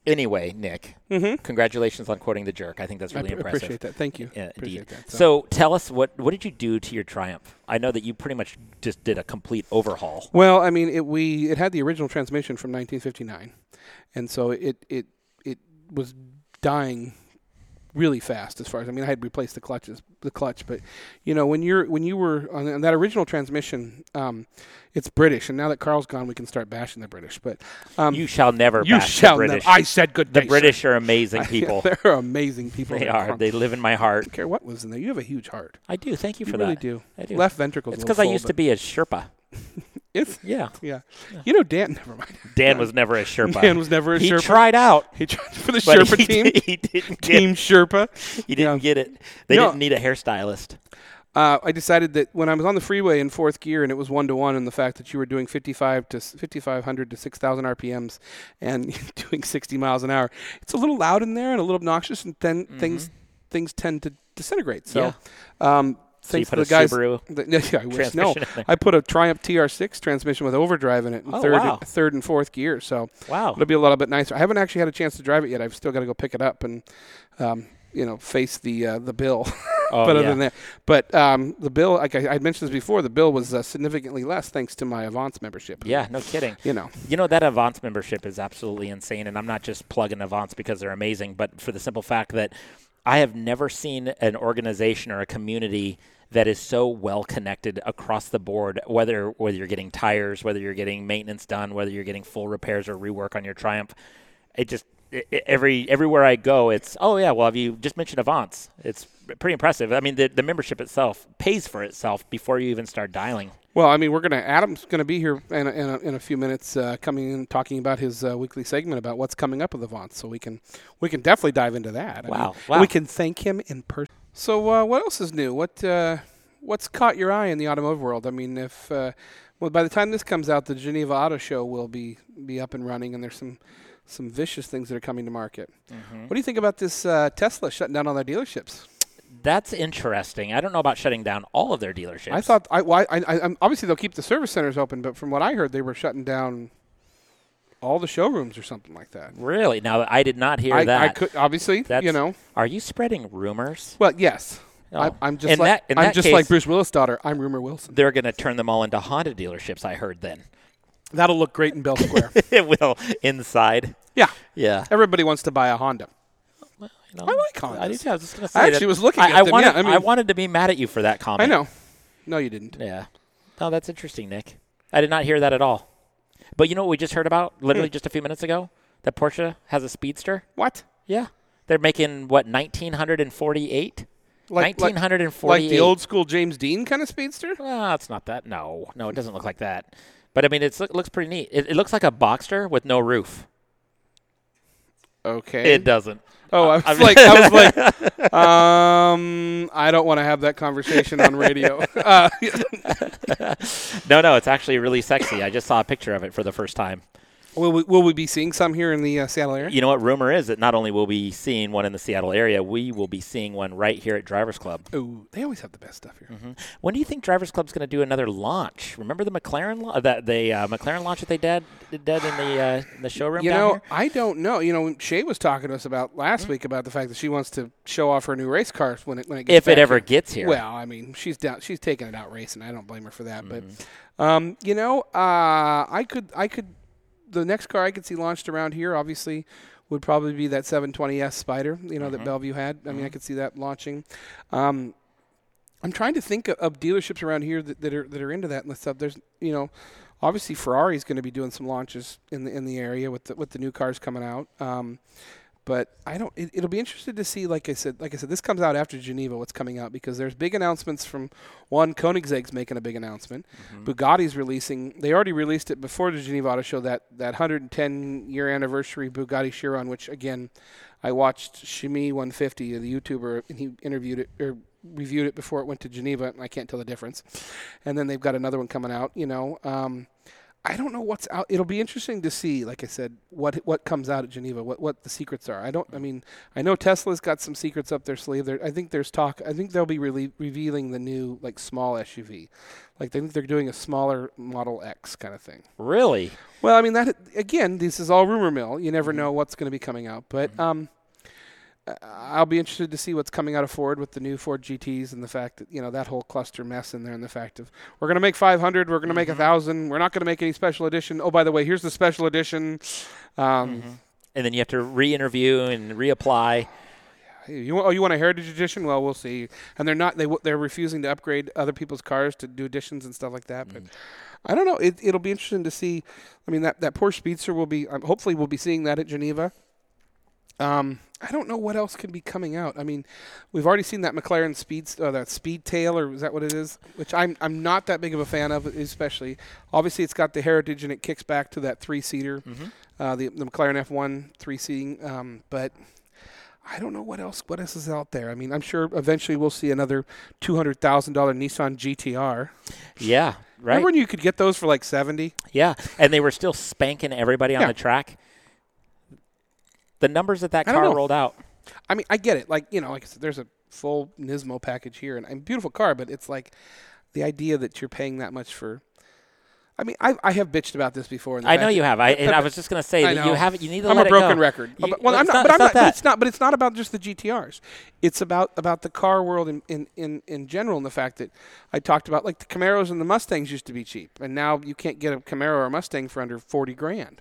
Speaker 2: anyway, Nick, congratulations on quoting the jerk. I think that's
Speaker 1: Mm-hmm. I
Speaker 2: really
Speaker 1: pr-
Speaker 2: impressive.
Speaker 1: appreciate that. Thank you.
Speaker 2: Yeah, indeed.
Speaker 1: Appreciate that.
Speaker 2: So. tell us what what did you do to your Triumph? I know that you pretty much just did a complete overhaul.
Speaker 1: Well, I mean, it we it had the original transmission from 1959, and so it it it was dying really fast as far as I mean, I had replaced the clutches, the clutch, but you know when you're when you were on, on that original transmission, um, it's British, and now that Carl's gone, we can start bashing the British. But um,
Speaker 2: You shall never.
Speaker 1: you
Speaker 2: bash
Speaker 1: shall
Speaker 2: the
Speaker 1: never-
Speaker 2: British.
Speaker 1: I said good
Speaker 2: the
Speaker 1: day, sir.
Speaker 2: British are amazing people.
Speaker 1: They're amazing people.
Speaker 2: they
Speaker 1: They're
Speaker 2: are.
Speaker 1: from-
Speaker 2: They live in my heart.
Speaker 1: don't care what lives in there. You have a huge heart.
Speaker 2: I do. Thank you,
Speaker 1: You
Speaker 2: for
Speaker 1: really
Speaker 2: that.
Speaker 1: do.
Speaker 2: I do.
Speaker 1: Left ventricle's
Speaker 2: It's
Speaker 1: a
Speaker 2: because I
Speaker 1: little
Speaker 2: used
Speaker 1: full,
Speaker 2: to be a Sherpa.
Speaker 1: but It's,
Speaker 2: Yeah.
Speaker 1: yeah. You know, Dan. Never mind.
Speaker 2: Dan was never a Sherpa.
Speaker 1: Dan was never a
Speaker 2: he
Speaker 1: Sherpa.
Speaker 2: tried out.
Speaker 1: He tried for the
Speaker 2: but
Speaker 1: Sherpa
Speaker 2: he,
Speaker 1: team.
Speaker 2: He didn't
Speaker 1: Team
Speaker 2: get,
Speaker 1: Sherpa.
Speaker 2: he didn't
Speaker 1: yeah.
Speaker 2: get it. They
Speaker 1: No.
Speaker 2: didn't need a hairstylist.
Speaker 1: Uh, I decided that when I was on the freeway in fourth gear and it was one to one, and the fact that you were doing 55 to 5500 to 6000 RPMs and doing 60 miles an hour, it's a little loud in there and a little obnoxious, and then
Speaker 2: Mm-hmm.
Speaker 1: things things tend to disintegrate. So, um,
Speaker 2: So you
Speaker 1: thanks
Speaker 2: put
Speaker 1: to
Speaker 2: a
Speaker 1: the guys.
Speaker 2: Subaru
Speaker 1: the- yeah, I wish no.
Speaker 2: transmission in there.
Speaker 1: I put a Triumph TR6 transmission with overdrive in it in
Speaker 2: Oh,
Speaker 1: third,
Speaker 2: wow.
Speaker 1: third and fourth gear. So
Speaker 2: Wow.
Speaker 1: It'll be a little bit nicer. I haven't actually had a chance to drive it yet. I've still got to go pick it up and, um, you know, face the uh, the bill.
Speaker 2: Oh,
Speaker 1: but other
Speaker 2: yeah.
Speaker 1: than that, but um, the bill, like I, I mentioned this before, the bill was uh, significantly less thanks to my Avance membership.
Speaker 2: Yeah, no kidding.
Speaker 1: You know.
Speaker 2: You know that Avance membership is absolutely insane, and I'm not just plugging Avance because they're amazing, but for the simple fact that I have never seen an organization or a community that is so well connected across the board. Whether whether you're getting tires, whether you're getting maintenance done, whether you're getting full repairs or rework on your Triumph, it just i- i- every everywhere I go, it's oh yeah. Well, have you just mentioned Avance? It's pretty impressive. I mean, the, the membership itself pays for itself before you even start dialing.
Speaker 1: Well, I mean, we're gonna Adam's gonna be here in a, in a, in a few minutes, uh, coming in talking about his uh, weekly segment about what's coming up with Avant. So we can we can definitely dive into that. I
Speaker 2: Wow,
Speaker 1: mean,
Speaker 2: wow.
Speaker 1: We can thank him in person. So uh, what else is new? What uh, what's caught your eye in the automotive world? I mean, if uh, well, by the time this comes out, the Geneva Auto Show will be be up and running, and there's some some vicious things that are coming to market.
Speaker 2: Mm-hmm.
Speaker 1: What do you think about this uh, Tesla shutting down all their dealerships?
Speaker 2: That's interesting. I don't know about shutting down all of their dealerships.
Speaker 1: I thought I, well, I, I, I'm obviously they'll keep the service centers open, but from what I heard, they were shutting down all the showrooms or something like that.
Speaker 2: really. Now I did not hear
Speaker 1: I,
Speaker 2: that.
Speaker 1: I could obviously,
Speaker 2: That's,
Speaker 1: you know.
Speaker 2: Are you spreading rumors?
Speaker 1: Well, yes, I,
Speaker 2: No.
Speaker 1: I'm just
Speaker 2: In
Speaker 1: like
Speaker 2: that- in
Speaker 1: I'm
Speaker 2: that
Speaker 1: just like
Speaker 2: case-
Speaker 1: Bruce Willis' daughter. I'm Rumor Wilson.
Speaker 2: They're going to turn them all into Honda dealerships. I heard then.
Speaker 1: That'll look great in Bell Square.
Speaker 2: it will inside.
Speaker 1: yeah,
Speaker 2: Yeah.
Speaker 1: everybody wants to buy a Honda.
Speaker 2: You know,
Speaker 1: I like Hondas.
Speaker 2: I do too. I was just gonna say
Speaker 1: I
Speaker 2: that-
Speaker 1: actually was looking
Speaker 2: I,
Speaker 1: at
Speaker 2: I
Speaker 1: them,
Speaker 2: Wanted,
Speaker 1: yeah, I mean-
Speaker 2: wanted to be mad at you for that comment.
Speaker 1: I know. No, you didn't.
Speaker 2: Yeah. No, that's interesting, Nick. I did not hear that at all. But you know what we just heard about literally
Speaker 1: Hmm.
Speaker 2: just a few minutes ago? That Porsche has a speedster?
Speaker 1: What?
Speaker 2: Yeah. They're making what 1948?
Speaker 1: Like, like,
Speaker 2: 1948.
Speaker 1: like the old school James Dean kind of speedster?
Speaker 2: Ah, it's not that. No. No, it doesn't look like that. But I mean, it's, it looks pretty neat. It, it looks like a Boxster with no roof.
Speaker 1: Okay.
Speaker 2: It doesn't.
Speaker 1: Oh, I was like, I was like, um, I don't want to have that conversation on radio. Uh,
Speaker 2: No, no, it's actually really sexy. I just saw a picture of it for the first time.
Speaker 1: Will we, will we be seeing some here in the uh, Seattle area?
Speaker 2: You know what? Rumor is that not only will we be seeing one in the Seattle area, we will be seeing one right here at Drivers Club.
Speaker 1: Ooh, they always have the best stuff here.
Speaker 2: Mm-hmm. When do you think Drivers Club's going to do another launch? Remember the McLaren la- that the uh, McLaren launch that they did, did in the uh, in the showroom
Speaker 1: You
Speaker 2: down
Speaker 1: know,
Speaker 2: here? Mm-hmm.
Speaker 1: I don't know. You know, Shay was talking to us about last week about the fact that she wants to show off her new race car when it when it gets
Speaker 2: If it
Speaker 1: back
Speaker 2: ever
Speaker 1: here.
Speaker 2: gets here.
Speaker 1: Well, I mean, she's down. She's taking it out racing. I don't blame her for that.
Speaker 2: Mm-hmm.
Speaker 1: But, um, you know, uh, I could I could the next car I could see launched around here, obviously, would probably be that 720S Spider. You know
Speaker 2: Mm-hmm.
Speaker 1: that Bellevue had. I mean, I could see that launching. Um, I'm trying to think of, of dealerships around here that, that are that are into that and stuff. There's you know, obviously Ferrari's going to be doing some launches in the in the area with the, with the new cars coming out. Um, but I don't. It, it'll be interesting to see. Like I said, like I said, this comes out after Geneva. What's coming out because there's big announcements from one Koenigsegg's making a big announcement. Bugatti's releasing. They already released it before the Geneva Auto Show. That that 110 year anniversary Bugatti Chiron, which again, I watched Shimi 150, the YouTuber, and he interviewed it er, or reviewed it before it went to Geneva, and I can't tell the difference. And then they've got another one coming out. You know. Um, I don't know what's out. It'll be interesting to see, like I said, what what comes out at Geneva, what what the secrets are. I don't. I mean, I know Tesla's got some secrets up their sleeve. There, I think there's talk. I think they'll be really revealing the new like small SUV, like they think they're doing a smaller Model X kind of thing.
Speaker 2: really?
Speaker 1: Well, I mean that again. This is all rumor mill. You never know what's going to be coming out, but um, I- I'll be interested to see what's coming out of Ford with the new Ford GTS and the fact that you know that whole cluster mess in there, and the fact of we're going to make 500, we're going to make a thousand, we're not going to make any special edition. Oh, by the way, here's the special edition. Um,
Speaker 2: And then you have to re-interview and reapply.
Speaker 1: hey, you want, oh, you want a heritage edition? Well, we'll see. And they're not. They w- they're refusing to upgrade other people's cars to do editions and stuff like that. But I don't know. It, it'll be interesting to see. I mean, that that Porsche Speedster will be. Um, hopefully, we'll be seeing that at Geneva. Um, I don't know what else can be coming out. I mean, we've already seen that McLaren Speed, uh, that Speed Tail, or is that what it is? Which I'm I'm not that big of a fan of, especially. Obviously, it's got the heritage and it kicks back to that three seater, uh, the the McLaren F1 three seating. Um, but I don't know what else what else is out there. I mean, I'm sure eventually we'll see another two hundred thousand dollar Nissan GTR.
Speaker 2: Yeah, right.
Speaker 1: Remember when you could get those for like seventy?
Speaker 2: yeah, and they were still spanking everybody on
Speaker 1: Yeah.
Speaker 2: the track. The numbers that that
Speaker 1: I don't
Speaker 2: car
Speaker 1: know.
Speaker 2: rolled out.
Speaker 1: I mean, I get it. Like you know, like I said, there's a full Nismo package here and a beautiful car, but it's like the idea that you're paying that much for. I mean, I I have bitched about this before. in the
Speaker 2: I
Speaker 1: fact
Speaker 2: know
Speaker 1: that-
Speaker 2: you have. I and
Speaker 1: but-
Speaker 2: I was just gonna say
Speaker 1: I
Speaker 2: that you
Speaker 1: know.
Speaker 2: have. You need to
Speaker 1: I'm
Speaker 2: let
Speaker 1: a
Speaker 2: it go.
Speaker 1: broken record.
Speaker 2: You-
Speaker 1: well, I'm
Speaker 2: it's
Speaker 1: not, but
Speaker 2: it's
Speaker 1: I'm not.
Speaker 2: that.
Speaker 1: But it's not. But it's not about just the GTRs. It's about about the car world in, in, in, in general, and the fact that I talked about like the Camaros and the Mustangs used to be cheap, and now you can't get a Camaro or a Mustang for under forty grand.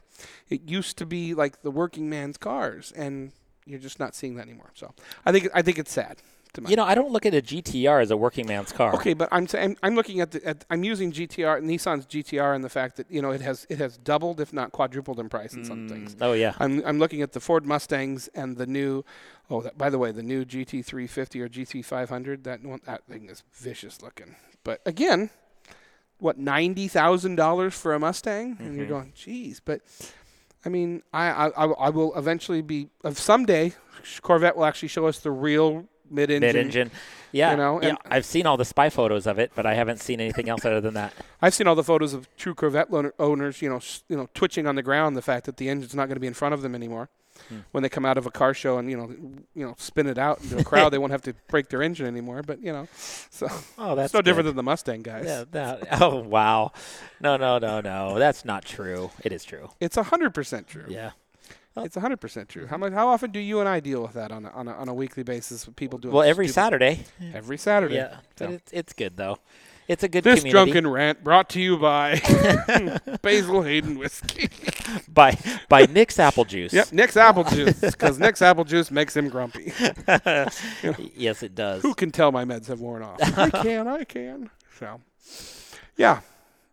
Speaker 1: It used to be like the working man's cars, and you're just not seeing that anymore. So I think I think it's sad. to my
Speaker 2: You know, I don't look at a GTR as a working man's car.
Speaker 1: Okay, but I'm saying I'm looking at the at, I'm using GTR Nissan's GTR and the fact that you know it has it has doubled if not quadrupled in price in some things.
Speaker 2: Oh yeah.
Speaker 1: I'm I'm looking at the Ford Mustangs and the new oh that, by the way the new GT350 or GT500 that one that thing is vicious looking. But again, what ninety thousand dollars for a Mustang and you're going geez, but I mean I I, I, will- I will eventually be of someday Corvette will actually show us the real mid-engine.
Speaker 2: Mid engine. Yeah.
Speaker 1: You know,
Speaker 2: yeah.
Speaker 1: and-
Speaker 2: I've seen all the spy photos of it, but I haven't seen anything else other than that.
Speaker 1: I've seen all the photos of true Corvette loaner- owners, you know, s- you know, twitching on the ground the fact that the engine's not going to be in front of them anymore. When they come out of a car show and you know, you know, spin it out into a crowd, they won't have to break their engine anymore. But you know, so
Speaker 2: Oh, that's
Speaker 1: it's no
Speaker 2: good.
Speaker 1: different than the Mustang guys.
Speaker 2: Yeah, that, oh wow. No, no, no, no. That's not true. It is true.
Speaker 1: It's hundred percent true.
Speaker 2: Yeah.
Speaker 1: It's hundred percent true. How much? How often do you and I deal with that on a, on a, on a weekly basis with people doing?
Speaker 2: Well, every
Speaker 1: stupid-
Speaker 2: Saturday.
Speaker 1: Every Saturday.
Speaker 2: Yeah.
Speaker 1: So.
Speaker 2: But it's, it's good though. It's a good
Speaker 1: This
Speaker 2: community.
Speaker 1: drunken rant brought to you by Basil Hayden whiskey.
Speaker 2: by by Nick's apple juice.
Speaker 1: yep, Nick's apple juice because Nick's apple juice makes him grumpy.
Speaker 2: Yes, it does.
Speaker 1: who can tell my meds have worn off? I can, I can. So, yeah,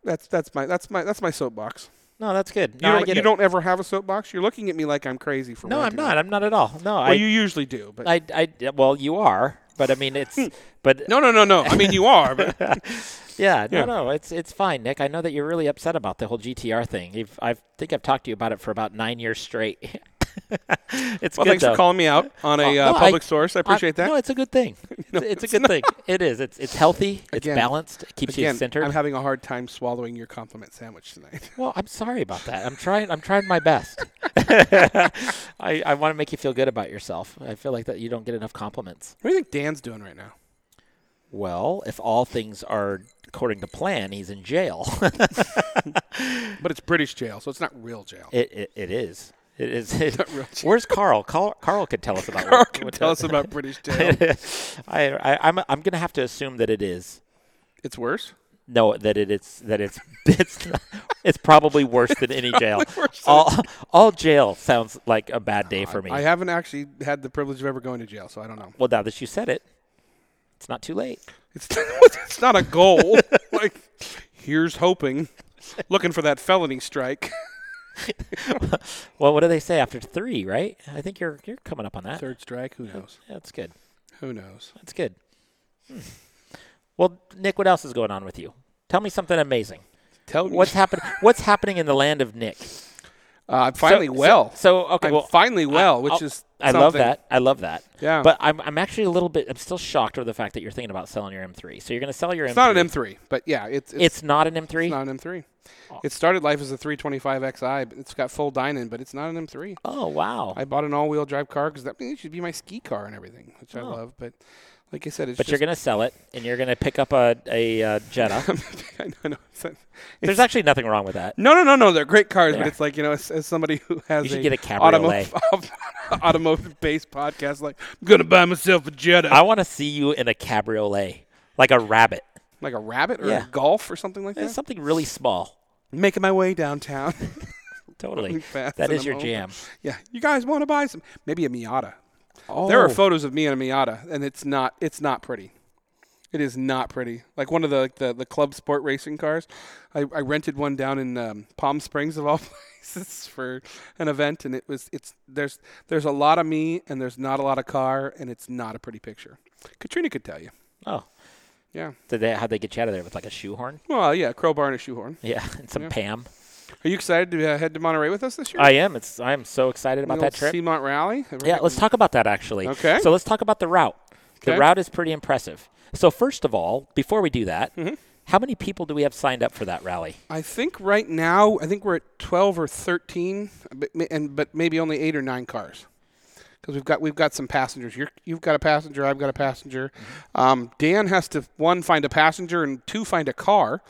Speaker 1: that's that's my that's my that's my soapbox.
Speaker 2: No, that's good.
Speaker 1: You
Speaker 2: No, I
Speaker 1: don't
Speaker 2: get
Speaker 1: you
Speaker 2: it.
Speaker 1: don't ever have a soapbox. You're looking at me like I'm crazy for.
Speaker 2: No, I'm
Speaker 1: wanting
Speaker 2: not.
Speaker 1: one.
Speaker 2: I'm not at all. No, I,
Speaker 1: Well, you usually do, but
Speaker 2: I, I, well, you are. But I mean, it's, but
Speaker 1: Hmm. no, no, no, no. I mean, you are, but
Speaker 2: yeah, no,
Speaker 1: Yeah.
Speaker 2: no, it's it's fine, Nick. I know that you're really upset about the whole GTR thing. You've, I think I've talked to you about it for about nine years straight. it's
Speaker 1: well,
Speaker 2: good
Speaker 1: thanks
Speaker 2: though.
Speaker 1: for calling me out on a
Speaker 2: Oh,
Speaker 1: uh,
Speaker 2: no, I-
Speaker 1: public source. I appreciate
Speaker 2: I-
Speaker 1: that.
Speaker 2: No, it's a good thing. It's, it's a good thing. It is. It's it's healthy. It's
Speaker 1: Again-
Speaker 2: balanced. It keeps
Speaker 1: Again,
Speaker 2: you centered.
Speaker 1: I'm having a hard time swallowing your compliment sandwich tonight.
Speaker 2: well, I'm sorry about that. I'm trying. I'm trying my best. I I want to make you feel good about yourself. I feel like that you don't get enough compliments.
Speaker 1: What do you think Dan's doing right now?
Speaker 2: Well, if all things are according to plan, he's in jail.
Speaker 1: But it's British jail, so it's not real jail.
Speaker 2: it, it it is. It is.
Speaker 1: real jail.
Speaker 2: where's Carl? Carl? Carl could tell us about.
Speaker 1: Carl
Speaker 2: what-
Speaker 1: can
Speaker 2: what
Speaker 1: tell us
Speaker 2: that-
Speaker 1: about British jail.
Speaker 2: I, I I'm I'm gonna have to assume that it is.
Speaker 1: It's worse.
Speaker 2: No, that it is that it's it's not- it's probably worse than any jail. All all jail sounds like a bad day for me.
Speaker 1: I haven't actually had the privilege of ever going to jail, so I don't know.
Speaker 2: well, now that you said it, it's not too late.
Speaker 1: It's it's not a goal. like here's hoping, looking for that felony strike.
Speaker 2: Well, what do they say after three? Right? I think you're you're coming up on that.
Speaker 1: Third strike. Who knows?
Speaker 2: That's good.
Speaker 1: Who knows?
Speaker 2: That's good. Hmm. Well, Nick, what else is going on with you? Tell me something amazing.
Speaker 1: Tell me.
Speaker 2: What's happening? What's happening in the land of Nick?
Speaker 1: Uh, I'm finally
Speaker 2: So- so-
Speaker 1: well.
Speaker 2: So, okay,
Speaker 1: I'm
Speaker 2: well,
Speaker 1: finally well, which
Speaker 2: I'll-
Speaker 1: is
Speaker 2: I love
Speaker 1: something.
Speaker 2: that. I love that.
Speaker 1: Yeah.
Speaker 2: But I'm I'm actually a little bit. I'm still shocked over the fact that you're thinking about selling your M3. So you're going to sell your
Speaker 1: It's
Speaker 2: M3.
Speaker 1: not an M3, but yeah, it's it's,
Speaker 2: It's not an M3.
Speaker 1: it's not an M3. It started life as a 325xi, but it's got full dining, but it's not an M3.
Speaker 2: Oh wow!
Speaker 1: I bought an all-wheel drive car because that it should be my ski car and everything, which I love. But like I said, it's
Speaker 2: but
Speaker 1: just
Speaker 2: you're going to sell it, and you're going to pick up a a uh, Jetta.
Speaker 1: I know, no, it's,
Speaker 2: There's actually nothing wrong with that.
Speaker 1: No, no, no, no. They're great cars, but
Speaker 2: Yeah.
Speaker 1: it's like you know, as, as somebody who has
Speaker 2: You should
Speaker 1: a,
Speaker 2: get a Cabriolet.
Speaker 1: automotive, automotive-based podcast, like I'm gonna buy myself a Jetta,
Speaker 2: I want to see you in a cabriolet, like a rabbit,
Speaker 1: like a rabbit or
Speaker 2: Yeah.
Speaker 1: a golf or something like that.
Speaker 2: It's something really small.
Speaker 1: Making my way downtown.
Speaker 2: Totally.
Speaker 1: Fast
Speaker 2: That
Speaker 1: and
Speaker 2: is your
Speaker 1: I'm over.
Speaker 2: jam.
Speaker 1: yeah, you guys want to buy some? Maybe a Miata. There are
Speaker 2: Oh.
Speaker 1: photos of me in a Miata, and it's not it's not pretty. It is not pretty. Like one of the the, the club sport racing cars. I, I rented one down in um, Palm Springs of all places for an event, and it was it's there's there's a lot of me, and there's not a lot of car, and it's not a pretty picture. Katrina could tell you.
Speaker 2: Oh,
Speaker 1: Yeah.
Speaker 2: did they? How'd they get you out of there with like a shoehorn?
Speaker 1: Well, yeah, crowbar and a shoehorn.
Speaker 2: Yeah, and some Pam.
Speaker 1: Are you excited to uh, head to Monterey with us this year?
Speaker 2: I am. It's. I am so excited
Speaker 1: The
Speaker 2: about
Speaker 1: old
Speaker 2: that trip.
Speaker 1: Seamont Rally.
Speaker 2: Yeah, let's talk about that actually.
Speaker 1: Okay.
Speaker 2: So let's talk about the route. The
Speaker 1: Okay.
Speaker 2: route is pretty impressive. So first of all, before we do that,
Speaker 1: Mm-hmm.
Speaker 2: how many people do we have signed up for that rally?
Speaker 1: I think right now, I think we're at 12 or 13, but, ma- and but maybe only eight or nine cars, because we've got we've got some passengers. You're, you've got a passenger. I've got a passenger. Um, Dan has to one find a passenger and two find a car.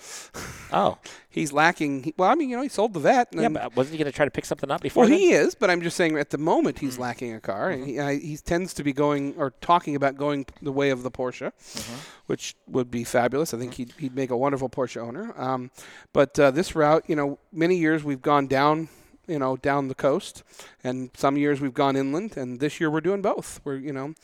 Speaker 2: Oh,
Speaker 1: He's lacking. He, well, I mean, you know, he sold the vet. And
Speaker 2: yeah.
Speaker 1: then-
Speaker 2: But wasn't he going to try to pick something up before?
Speaker 1: Um, well,
Speaker 2: then?
Speaker 1: he is, but I'm just saying at the moment he's lacking a car, and he, I, he tends to be going or talking about going the way of the Porsche, which would be fabulous. I think he'd, he'd make a wonderful Porsche owner. Um, but uh, this route, you know, many years we've gone down, you know, down the coast, and some years we've gone inland, and this year we're doing both. We're you know,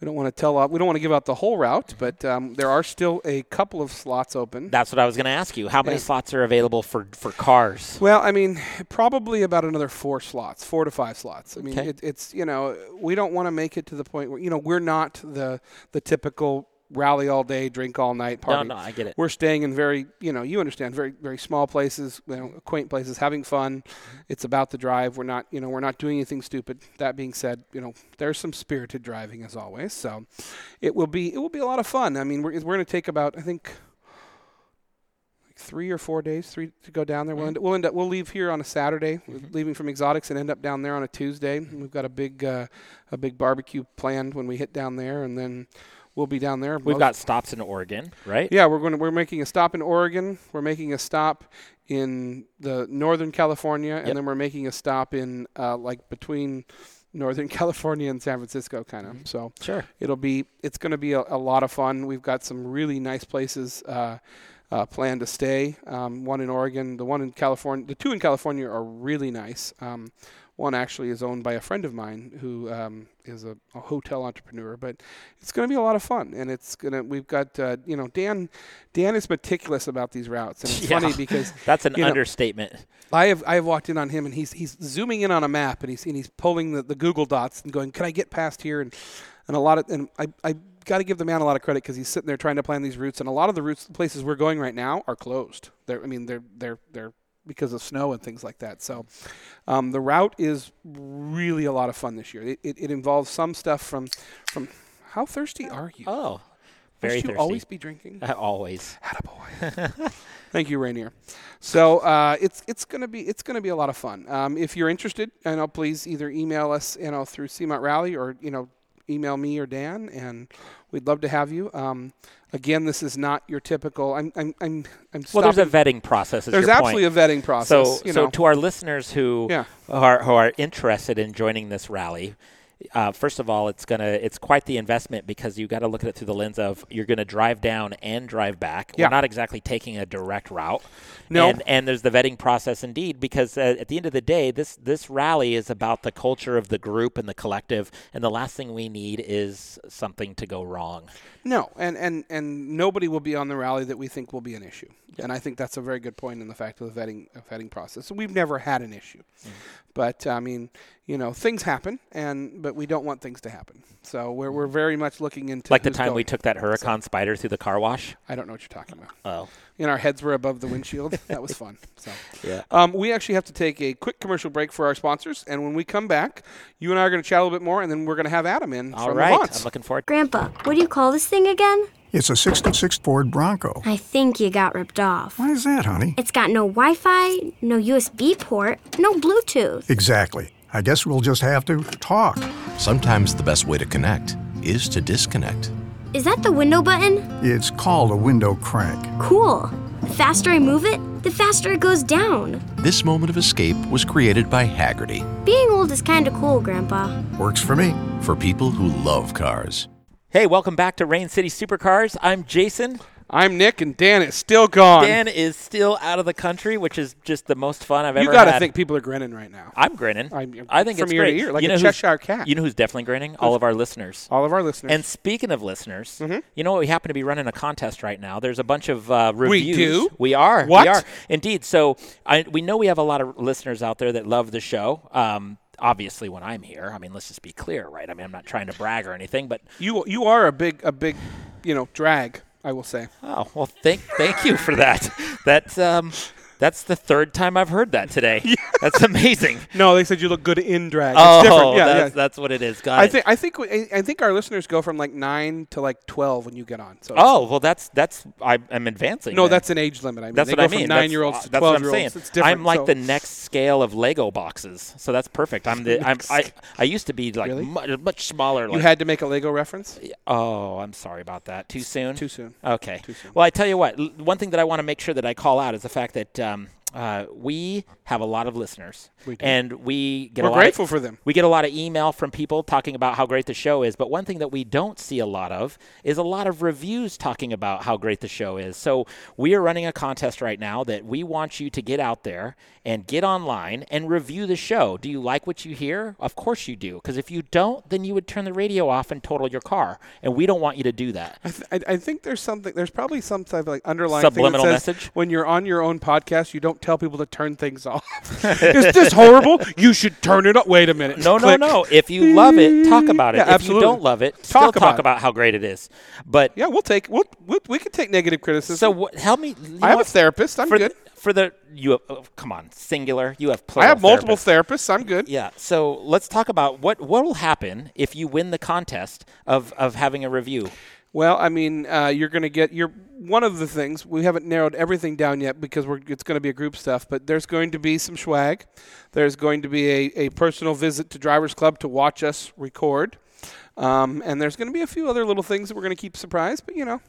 Speaker 1: We don't want to tell off. We don't want to give out the whole route, but um, there are still a couple of slots open.
Speaker 2: That's what I was going to ask you. How many
Speaker 1: Yeah.
Speaker 2: slots are available for, for cars?
Speaker 1: Well, I mean, probably about another four slots, four to five slots. I mean,
Speaker 2: Okay.
Speaker 1: it, it's you know, we don't want to make it to the point where you know we're not the the typical rally all day, drink all night party.
Speaker 2: No, no, I get it.
Speaker 1: We're staying in very you know you understand very very small places, you know, quaint places, having fun. It's about the drive. We're not you know we're not doing anything stupid. That being said, you know there's some spirited driving as always, so it will be it will be a lot of fun. I mean, we're we're going to take about I think three or four days, three to go down there. We'll end, we'll end up we'll leave here on a Saturday, We're leaving from Exotics, and end up down there on a Tuesday. And We've got a big uh, a big barbecue planned when we hit down there, and then we'll be down there.
Speaker 2: We've
Speaker 1: most-
Speaker 2: got stops in Oregon, right?
Speaker 1: yeah, we're going to, we're making a stop in Oregon. We're making a stop in the Northern California, and
Speaker 2: Yep.
Speaker 1: then we're making a stop in uh, like between Northern California and San Francisco, kind
Speaker 2: Mm-hmm.
Speaker 1: of. So
Speaker 2: Sure.
Speaker 1: it'll be it's going to be a, a lot of fun. We've got some really nice places uh, uh, planned to stay. Um, one in Oregon, the one in California, the two in California are really nice. Um, one actually is owned by a friend of mine who um, is a, a hotel entrepreneur, but it's going to be a lot of fun. And it's gonna we've got uh, you know Dan Dan is meticulous about these routes, and it's
Speaker 2: Yeah.
Speaker 1: funny because
Speaker 2: That's an
Speaker 1: You know-
Speaker 2: understatement.
Speaker 1: I have I have walked in on him and he's he's zooming in on a map and he's and he's pulling the, the Google dots and going, can I get past here and and a lot of and I I got to give the man a lot of credit because he's sitting there trying to plan these routes and a lot of the routes the places we're going right now are closed. They're I mean they're they're they're because of snow and things like that. So um, the route is really a lot of fun this year. It, it, it involves some stuff from from how thirsty are you?
Speaker 2: Oh, very
Speaker 1: Must you
Speaker 2: thirsty.
Speaker 1: always be drinking.
Speaker 2: always.
Speaker 1: Attaboy. Thank you, Rainier. So uh, it's it's gonna be it's gonna be a lot of fun. Um, if you're interested, you know, please either email us, you know, through Seamount Rally or you know, email me or Dan, and we'd love to have you. Um, again, this is not your typical. I'm I'm I'm, I'm
Speaker 2: Well,
Speaker 1: stopping.
Speaker 2: there's a vetting process. Is
Speaker 1: There's
Speaker 2: your
Speaker 1: absolutely
Speaker 2: point.
Speaker 1: a vetting process.
Speaker 2: So,
Speaker 1: you
Speaker 2: so
Speaker 1: know.
Speaker 2: to our listeners who
Speaker 1: Yeah.
Speaker 2: are who are interested in joining this rally, uh, first of all, it's gonna it's quite the investment because you got to look at it through the lens of you're gonna drive down and drive back.
Speaker 1: Yeah.
Speaker 2: We're not exactly taking a direct route.
Speaker 1: No.
Speaker 2: And, and there's the vetting process indeed because uh, at the end of the day, this this rally is about the culture of the group and the collective, and the last thing we need is something to go wrong.
Speaker 1: No, and, and, and nobody will be on the rally that we think will be an issue. And I think that's a very good point in the fact of the vetting, of vetting process. We've never had an issue.
Speaker 2: Mm-hmm.
Speaker 1: But, I mean, you know, things happen, and but we don't want things to happen. So we're, we're very much looking into.
Speaker 2: Like the
Speaker 1: who's
Speaker 2: time we
Speaker 1: going.
Speaker 2: took that Huracan spider through the car wash.
Speaker 1: I don't know what you're talking about.
Speaker 2: Oh.
Speaker 1: And our heads were above the windshield. that was fun. So,
Speaker 2: Yeah.
Speaker 1: um, we actually have to take a quick commercial break for our sponsors. And when we come back, you and I are going to chat a little bit more, and then we're going to have Adam in
Speaker 2: All
Speaker 1: from
Speaker 2: right.
Speaker 1: the Vaunts.
Speaker 2: I'm looking forward.
Speaker 6: Grandpa, what do you call this thing again?
Speaker 7: It's a 66 Ford Bronco.
Speaker 6: I think you got ripped off.
Speaker 7: Why is that, honey?
Speaker 6: It's got no Wi Fi, no USB port, no Bluetooth.
Speaker 7: Exactly. I guess we'll just have to talk.
Speaker 4: Sometimes the best way to connect is to disconnect.
Speaker 6: Is that the window button?
Speaker 7: It's called a window crank.
Speaker 6: Cool. The faster I move it, the faster it goes down.
Speaker 4: This moment of escape was created by Haggerty
Speaker 6: Being old is kinda cool, Grandpa.
Speaker 7: Works for me.
Speaker 4: for people who love cars.
Speaker 2: Hey, welcome back to Rain City Supercars. I'm Jason.
Speaker 1: I'm Nick, and Dan is still gone.
Speaker 2: Dan is still out of the country, which is just the most fun I've
Speaker 1: you
Speaker 2: ever
Speaker 1: got
Speaker 2: had.
Speaker 1: to think people are grinning right now.
Speaker 2: I'm grinning.
Speaker 1: I'm-
Speaker 2: I think
Speaker 1: from
Speaker 2: it's
Speaker 1: ear to
Speaker 2: great.
Speaker 1: ear, like a
Speaker 2: you know who's-
Speaker 1: Cheshire cat.
Speaker 2: You know who's definitely grinning? All of our listeners.
Speaker 1: All of our listeners.
Speaker 2: And speaking of listeners,
Speaker 1: Mm-hmm.
Speaker 2: you know what? We happen to be running a contest right now. There's a bunch of uh, reviews.
Speaker 1: do?
Speaker 2: We are.
Speaker 1: What?
Speaker 2: We are indeed. So I, we know we have a lot of listeners out there that love the show. Um, obviously, when I'm here, I mean, let's just be clear, right? I mean, I'm not trying to brag or anything, but
Speaker 1: You you are a big a big, you know, drag. I will say.
Speaker 2: Oh well, thank thank you for that. That's um, that's the third time I've heard that today. That's amazing.
Speaker 1: No, they said you look good in drag. It's
Speaker 2: oh,
Speaker 1: different. Yeah,
Speaker 2: that's,
Speaker 1: yeah.
Speaker 2: that's what it is. Got
Speaker 1: I
Speaker 2: it.
Speaker 1: think I think we- I I think our listeners go from like nine to like twelve when you get on. So it's-
Speaker 2: oh well, that's that's I, I'm advancing.
Speaker 1: no,
Speaker 2: then.
Speaker 1: that's an age limit. I mean,
Speaker 2: that's
Speaker 1: they
Speaker 2: what I
Speaker 1: go
Speaker 2: mean.
Speaker 1: From
Speaker 2: That's-
Speaker 1: nine year olds
Speaker 2: uh,
Speaker 1: to
Speaker 2: that's
Speaker 1: twelve
Speaker 2: what I'm
Speaker 1: year
Speaker 2: saying.
Speaker 1: olds. It's different.
Speaker 2: I'm like
Speaker 1: so-
Speaker 2: the next scale of Lego boxes, so that's perfect. I'm the I'm, I I used to be like
Speaker 1: Really?
Speaker 2: much, much smaller.
Speaker 1: You
Speaker 2: Like,
Speaker 1: had to make a Lego reference.
Speaker 2: oh, I'm sorry about that. Too soon.
Speaker 1: Too soon.
Speaker 2: Okay. Well, I tell you what, l- one thing that I want to make sure that I call out is the fact that um, uh, Uh, we have a lot of listeners,
Speaker 1: do.
Speaker 2: and we get
Speaker 1: We're
Speaker 2: a lot of-
Speaker 1: grateful for them.
Speaker 2: we get a lot of email from people talking about how great the show is, but one thing that we don't see a lot of is a lot of reviews talking about how great the show is. So we are running a contest right now that we want you to get out there and get online and review the show. Do you like what you hear? Of course you do, because if you don't, then you would turn the radio off and total your car, and we don't want you to do that.
Speaker 1: I, th- I I think there's something. There's probably some type of like underlying
Speaker 2: Subliminal
Speaker 1: thing that says
Speaker 2: message?
Speaker 1: When you're on your own podcast, you don't tell people to turn things off. Is this horrible? You should turn it off. Wait a minute.
Speaker 2: No,
Speaker 1: Click.
Speaker 2: no, no. If you love it, talk about it.
Speaker 1: Yeah,
Speaker 2: if
Speaker 1: absolutely.
Speaker 2: you don't love it, still
Speaker 1: Talk
Speaker 2: talk
Speaker 1: about it.
Speaker 2: about, how great it is. But
Speaker 1: Yeah, we'll take. We'll, we'll we can take negative criticism.
Speaker 2: so what, help me. you
Speaker 1: I have
Speaker 2: know
Speaker 1: a therapist. I'm
Speaker 2: for
Speaker 1: good.
Speaker 2: The, for the you have, oh, come on singular. You have
Speaker 1: I
Speaker 2: plural.
Speaker 1: have multiple
Speaker 2: therapists.
Speaker 1: therapists. I'm good.
Speaker 2: Yeah. So let's talk about what what will happen if you win the contest of of having a review.
Speaker 1: Well, I mean, uh, you're going to get your one of the things we haven't narrowed everything down yet because we're it's going to be a group stuff. But there's going to be some swag. There's going to be a, a personal visit to Drivers Club to watch us record, um, and there's going to be a few other little things that we're going to keep surprised. But you know,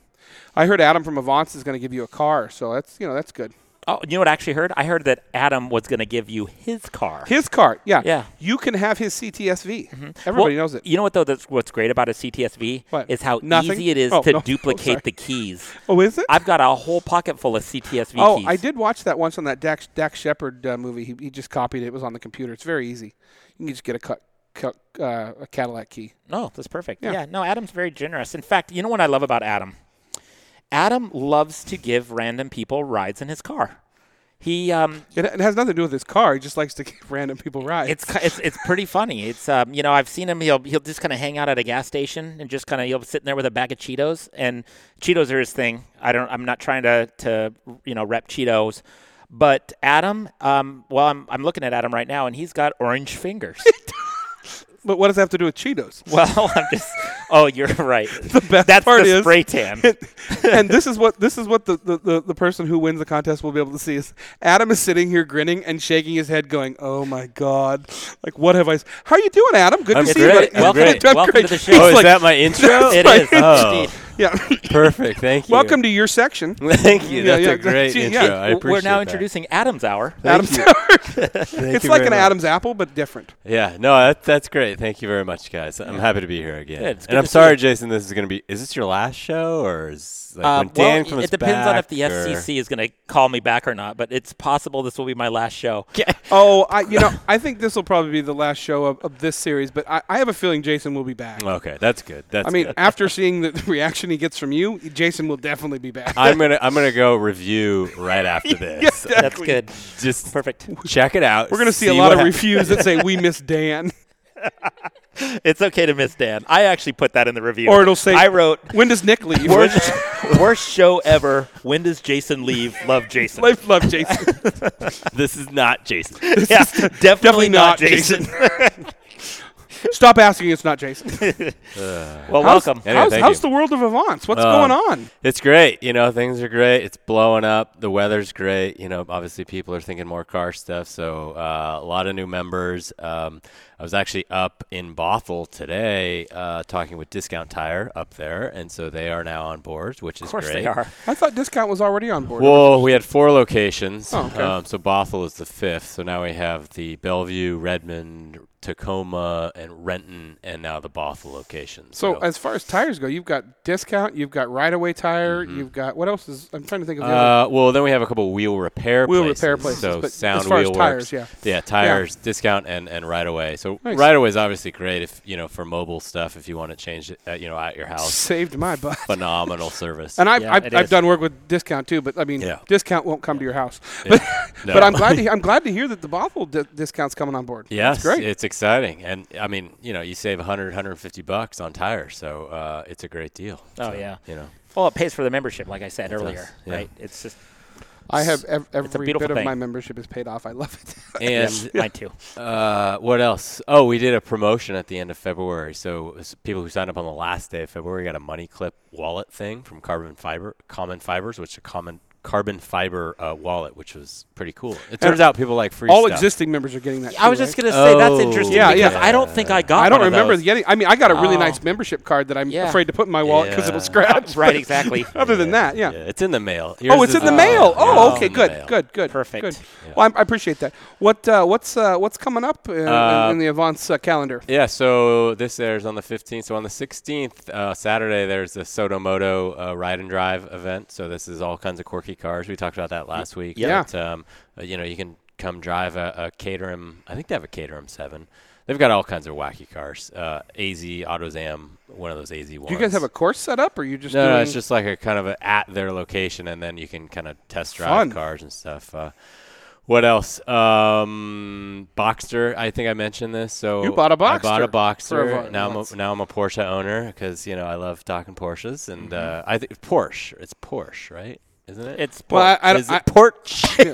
Speaker 1: I heard Adam from Avance is going to give you a car, so that's you know that's good.
Speaker 2: Oh, you know what I actually heard? I heard that Adam was going to give you his car.
Speaker 1: His car, yeah,
Speaker 2: Yeah. Mm-hmm.
Speaker 1: You can have his CTSV. Everybody
Speaker 2: Well,
Speaker 1: knows it.
Speaker 2: You know what though? That's what's great about a CTSV
Speaker 1: What?
Speaker 2: is how
Speaker 1: Nothing?
Speaker 2: easy it is
Speaker 1: Oh,
Speaker 2: to
Speaker 1: no.
Speaker 2: duplicate
Speaker 1: Sorry.
Speaker 2: the keys.
Speaker 1: Oh, is it?
Speaker 2: I've got a whole pocket full of CTSV
Speaker 1: Oh,
Speaker 2: keys.
Speaker 1: I did watch that once on that Dax, Dax Shepard uh, movie. He, he just copied it. It was on the computer. It's very easy. You can just get a cut, cut uh, a Cadillac key.
Speaker 2: No, Oh, that's perfect.
Speaker 1: Yeah.
Speaker 2: Yeah. no, Adam's very generous. In fact, you know what I love about Adam? Adam loves to give random people rides in his car. He, um,
Speaker 1: It, it has nothing to do with his car. He just likes to give random people rides.
Speaker 2: it's, ki- it's it's pretty funny. It's um, you know, I've seen him. He'll he'll just kind of hang out at a gas station and just kind of he'll be sitting there with a bag of Cheetos and Cheetos are his thing. I don't. I'm not trying to to you know rep Cheetos, but Adam, um, well, I'm I'm looking at Adam right now and he's got orange fingers.
Speaker 1: but what does that have to do with Cheetos?
Speaker 2: well, I'm just. Oh, you're right. The
Speaker 1: best
Speaker 2: That's
Speaker 1: part
Speaker 2: the
Speaker 1: is-
Speaker 2: spray tan.
Speaker 1: and this is what this is what the, the, the, the person who wins the contest will be able to see is Adam is sitting here grinning and shaking his head, going, "Oh my god, like what have I? s- How are you doing, Adam? Good
Speaker 5: I'm
Speaker 1: to see
Speaker 5: great.
Speaker 1: you. buddy."
Speaker 5: I'm
Speaker 2: Welcome
Speaker 5: great.
Speaker 2: to- welcome to the
Speaker 1: He's
Speaker 2: show. Oh,
Speaker 5: is
Speaker 1: like-
Speaker 5: that my intro?
Speaker 2: It
Speaker 1: Right.
Speaker 2: is. Oh.
Speaker 1: Yeah.
Speaker 5: Perfect. Thank you.
Speaker 1: Welcome to your section.
Speaker 5: Thank you.
Speaker 1: Yeah,
Speaker 5: That's
Speaker 1: yeah,
Speaker 5: a great
Speaker 1: yeah.
Speaker 5: intro. I appreciate
Speaker 2: We're now
Speaker 5: that.
Speaker 2: introducing Adam's Hour.
Speaker 1: Adam's
Speaker 5: you. Thank
Speaker 1: it's
Speaker 5: you
Speaker 1: like
Speaker 5: very
Speaker 1: an
Speaker 5: much.
Speaker 1: Adam's apple, but different.
Speaker 5: Yeah. No, that, that's great. Thank you very much, guys. I'm happy to be here again.
Speaker 2: Good, it's good
Speaker 5: and I'm
Speaker 2: to see
Speaker 5: sorry,
Speaker 2: you.
Speaker 5: Jason. This is going to be. Is this your last show, or is like
Speaker 2: Uh,
Speaker 5: when Dan
Speaker 2: well,
Speaker 5: comes
Speaker 2: it depends on if the
Speaker 5: back, or-
Speaker 2: FCC is going to call me back or not, but it's possible this will be my last show.
Speaker 1: Oh, I you know I think this will probably be the last show of, of this series, but I, I have a feeling Jason will be back.
Speaker 5: Okay, that's good. That's.
Speaker 1: I mean,
Speaker 5: good.
Speaker 1: after seeing the reaction he gets from you, Jason will definitely be back.
Speaker 5: I'm gonna I'm gonna go review right after this.
Speaker 2: That's good.
Speaker 5: Just
Speaker 2: Perfect.
Speaker 5: check it out.
Speaker 1: We're gonna see, a lot
Speaker 5: what
Speaker 1: of
Speaker 5: hap-
Speaker 1: reviews that say we miss Dan,
Speaker 2: It's okay to miss Dan. I actually put that in the review.
Speaker 1: or it'll say
Speaker 2: I wrote
Speaker 1: when does Nick leave?
Speaker 2: worst, worst show ever. When does Jason leave? Love Jason.
Speaker 1: Life love Jason.
Speaker 5: This is not Jason.
Speaker 2: yeah, definitely,
Speaker 1: Definitely
Speaker 2: not,
Speaker 1: not
Speaker 2: Jason.
Speaker 1: Stop asking. It's not Jason.
Speaker 2: well, welcome.
Speaker 5: Anyway,
Speaker 1: How's,
Speaker 5: thank
Speaker 1: how's
Speaker 5: you.
Speaker 1: the world of Avance? What's
Speaker 5: Um,
Speaker 1: going on?
Speaker 5: It's great. You know, things are great. It's blowing up. The weather's great. You know, obviously people are thinking more car stuff. So uh, a lot of new members. Um, I was actually up in Bothell today uh, talking with Discount Tire up there, and so they are now on board, which is
Speaker 2: Of course
Speaker 5: great.
Speaker 2: they are.
Speaker 1: I thought Discount was already on board.
Speaker 5: Well, we had four locations.
Speaker 1: Oh, okay.
Speaker 5: um, so Bothell is the fifth. So now we have the Bellevue, Redmond, Tacoma, and Renton, and now the Bothell location.
Speaker 1: so as far as tires go, you've got Discount, you've got Right Away Tire,
Speaker 5: Mm-hmm.
Speaker 1: you've got what else is? I'm trying to think of the other.
Speaker 5: Uh, well, then we have a couple wheel repair
Speaker 1: Wheel
Speaker 5: places.
Speaker 1: repair places,
Speaker 5: So
Speaker 1: but as
Speaker 5: sound
Speaker 1: far as
Speaker 5: wheel
Speaker 1: tires,
Speaker 5: works.
Speaker 1: yeah.
Speaker 5: tires, discount, and and right away. So
Speaker 1: Nice.
Speaker 5: right away is obviously great if you know for mobile stuff if you want to change it, uh, you know, at your house.
Speaker 1: Saved my butt.
Speaker 5: Phenomenal service.
Speaker 1: And I've,
Speaker 2: Yeah,
Speaker 1: I've,
Speaker 2: it
Speaker 1: I've
Speaker 2: is.
Speaker 1: done work with discount too, but I mean,
Speaker 5: Yeah.
Speaker 1: discount won't come to your house. But,
Speaker 5: No.
Speaker 1: but I'm glad to, I'm glad to hear that the Bothell di- discount's coming on board.
Speaker 5: Yes,
Speaker 1: it's great.
Speaker 5: It's exciting, and I mean, you know, you save 100, 150 bucks on tires, so uh, it's a great deal.
Speaker 2: Oh,
Speaker 5: So,
Speaker 2: yeah.
Speaker 5: you know.
Speaker 2: Well, it pays for the membership, like I said earlier.
Speaker 5: yeah.
Speaker 2: Right? It's just
Speaker 1: I have ev-
Speaker 2: it's a
Speaker 1: every bit
Speaker 2: beautiful
Speaker 1: of
Speaker 2: thing.
Speaker 1: my membership is paid off. I love it.
Speaker 5: And
Speaker 2: mine too.
Speaker 5: uh, what else? Oh, we did a promotion at the end of February. So s- people who signed up on the last day of February got a money clip wallet thing from Carbon Fiber, Common Fibers, which is a common carbon fiber uh, wallet, which was pretty cool. It turns out people like free
Speaker 1: All
Speaker 5: stuff.
Speaker 1: existing members are getting that.
Speaker 2: I was
Speaker 1: too,
Speaker 2: just
Speaker 1: right?
Speaker 2: gonna say that's
Speaker 5: Oh.
Speaker 2: interesting
Speaker 1: Yeah,
Speaker 2: because
Speaker 1: yeah.
Speaker 2: I don't think I got.
Speaker 1: I don't
Speaker 2: one of
Speaker 1: remember
Speaker 2: those.
Speaker 1: getting. I mean, I got a really
Speaker 2: Oh.
Speaker 1: nice membership card that I'm
Speaker 2: Yeah.
Speaker 1: afraid to put in my wallet because
Speaker 5: Yeah.
Speaker 1: it'll scratch.
Speaker 2: Right, exactly.
Speaker 1: Other than that, yeah.
Speaker 5: it's in the mail.
Speaker 1: Oh, it's in the mail. Oh, okay, good, good, good,
Speaker 2: Perfect.
Speaker 1: Good.
Speaker 5: Yeah.
Speaker 1: Well, I, I appreciate that. What uh, what's uh, what's coming up in,
Speaker 5: Uh,
Speaker 1: in the Avance uh, calendar?
Speaker 5: Yeah, so this airs on the 15th. So on the 16th, uh, Saturday, there's the Sotomoto uh, Ride and Drive event. So this is all kinds of quirky cars. We talked about that last week.
Speaker 1: Yeah.
Speaker 5: But, um, uh, you know, you can come drive a, a Caterham. I think they have a Caterham 7. They've got all kinds of wacky cars. Uh, AZ, AutoZam, one of those AZ ones.
Speaker 1: Do you guys have a course set up, or you just
Speaker 5: No,
Speaker 1: doing
Speaker 5: no, it's just like a kind of a, at their location, and then you can kind of test drive
Speaker 1: Fun.
Speaker 5: cars and stuff. Uh, what else? Um, Boxster. I think I mentioned this. So
Speaker 1: You bought a
Speaker 5: I bought
Speaker 1: Boxster
Speaker 5: a Boxster.
Speaker 1: for a-
Speaker 5: now I'm
Speaker 1: once.
Speaker 5: a, now I'm a Porsche owner because you know I love talking Porsches, and
Speaker 1: Mm-hmm.
Speaker 5: uh, I think Porsche. It's Porsche, right? Isn't it?
Speaker 2: It's
Speaker 1: Well, I, I,
Speaker 5: Is
Speaker 1: I,
Speaker 5: it Porsche?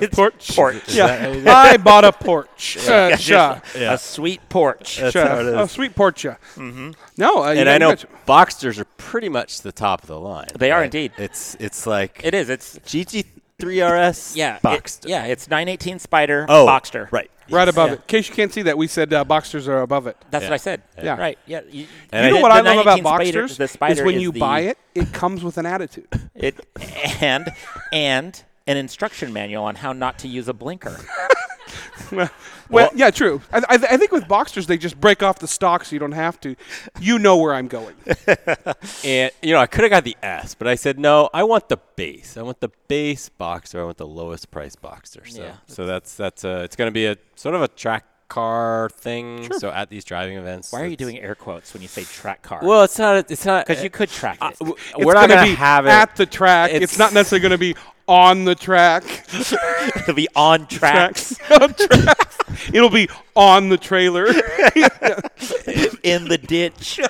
Speaker 1: Yeah, porch.
Speaker 2: porch.
Speaker 1: yeah. I bought a porch. Uh, cha.
Speaker 5: Yeah.
Speaker 2: A sweet porch.
Speaker 5: That's
Speaker 1: cha.
Speaker 5: how it is. Mm-hmm.
Speaker 1: Oh, sweet porcha. No, uh, you
Speaker 5: and I know
Speaker 1: mention-
Speaker 5: Boxsters are pretty much the top of the line.
Speaker 2: They are indeed.
Speaker 5: It's it's like
Speaker 2: It is. It's
Speaker 5: GT3RS.
Speaker 2: yeah. it-
Speaker 5: Boxster.
Speaker 2: yeah. It's 918 Spider
Speaker 5: Oh,
Speaker 2: Boxster.
Speaker 5: Right.
Speaker 1: right above
Speaker 2: Yeah.
Speaker 1: it. In case you can't see that, we said uh, boxers are above it.
Speaker 2: That's
Speaker 5: Yeah.
Speaker 2: what I said.
Speaker 1: Yeah.
Speaker 2: Right. Yeah. You,
Speaker 5: And
Speaker 1: You know
Speaker 5: I-
Speaker 1: what
Speaker 2: the
Speaker 1: I love about
Speaker 2: 918 spider-
Speaker 1: boxers
Speaker 2: the spider
Speaker 1: is when
Speaker 2: is
Speaker 1: you
Speaker 2: the-
Speaker 1: buy it, it comes with an attitude.
Speaker 2: It and and an instruction manual on how not to use a blinker.
Speaker 1: well, yeah, true. I, I, I think with boxers, they just break off the stock so you don't have to. You know where I'm going.
Speaker 5: And you know, I could have got the S, but I said no. I want the base. I want the base boxer. I want the lowest price boxer. So,
Speaker 2: Yeah.
Speaker 5: so that's that's uh, it's going to be a sort of a track car thing. So at these driving events,
Speaker 2: Why are you
Speaker 5: that's-
Speaker 2: doing air quotes when you say track car?
Speaker 5: Well, it's not. It's not
Speaker 2: because you could track
Speaker 5: Uh,
Speaker 2: it.
Speaker 5: w-
Speaker 1: It's
Speaker 5: we're not
Speaker 1: gonna
Speaker 5: going
Speaker 1: be
Speaker 5: to have it
Speaker 1: at the track. It's,
Speaker 5: It's-
Speaker 1: not necessarily going to be on the track.
Speaker 2: It'll be on tracks
Speaker 1: on tracks. It'll be on the trailer.
Speaker 2: in the ditch.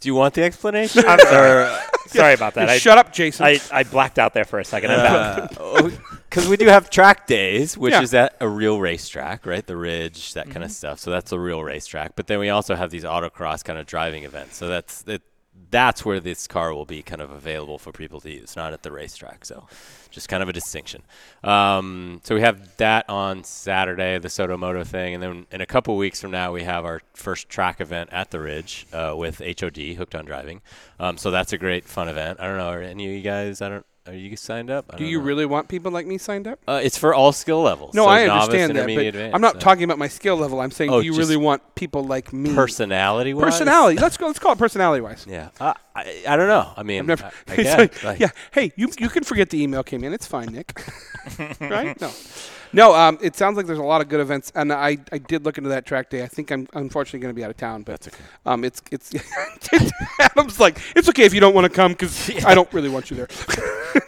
Speaker 5: Do you want the explanation?
Speaker 2: I'm sorry. sorry about that. I,
Speaker 1: Shut up, Jason.
Speaker 2: I, I blacked out there for a second. I'm back.
Speaker 5: Because Uh, oh, we do have track days, which
Speaker 1: Yeah.
Speaker 5: is at a real racetrack, right? The Ridge, that kind of stuff. So that's a real racetrack. But then we also have these autocross kind of driving events. So that's it, that's where this car will be kind of available for people to use, not at the racetrack. So just kind of a distinction. Um, so we have that on Saturday, the Sotomoto thing, and then in a couple weeks from now we have our first track event at the Ridge uh, with HOD Hooked on Driving. Um, so that's a great fun event. I don't know, are any of you guys? I don't. Are you signed up? I
Speaker 1: Do
Speaker 5: don't
Speaker 1: you
Speaker 5: know.
Speaker 1: really want people like me signed up?
Speaker 5: Uh, it's for all skill levels.
Speaker 1: Uh-huh. No,
Speaker 5: Uh-huh. so
Speaker 1: I
Speaker 5: novice,
Speaker 1: understand that, but
Speaker 5: intermediate, advanced, uh,
Speaker 1: I'm not
Speaker 5: so.
Speaker 1: talking about my skill level. I'm saying,
Speaker 5: Oh,
Speaker 1: do you
Speaker 5: just
Speaker 1: really want people like me?
Speaker 5: personality.
Speaker 1: personality. let's go. Let's call it personality wise.
Speaker 5: Yeah, uh, I, I don't know. I mean,
Speaker 1: I've never.
Speaker 5: I, I
Speaker 1: it's
Speaker 5: guess,
Speaker 1: like,
Speaker 5: like-
Speaker 1: yeah. Hey, you you can forget the email came in. It's fine, Nick. right? No. No. Um. It sounds like there's a lot of good events, and I, I did look into that track day. I think I'm unfortunately going to be out of town, but
Speaker 5: okay.
Speaker 1: um, it's it's Adam's like it's okay if you don't want to come because I don't really want you there.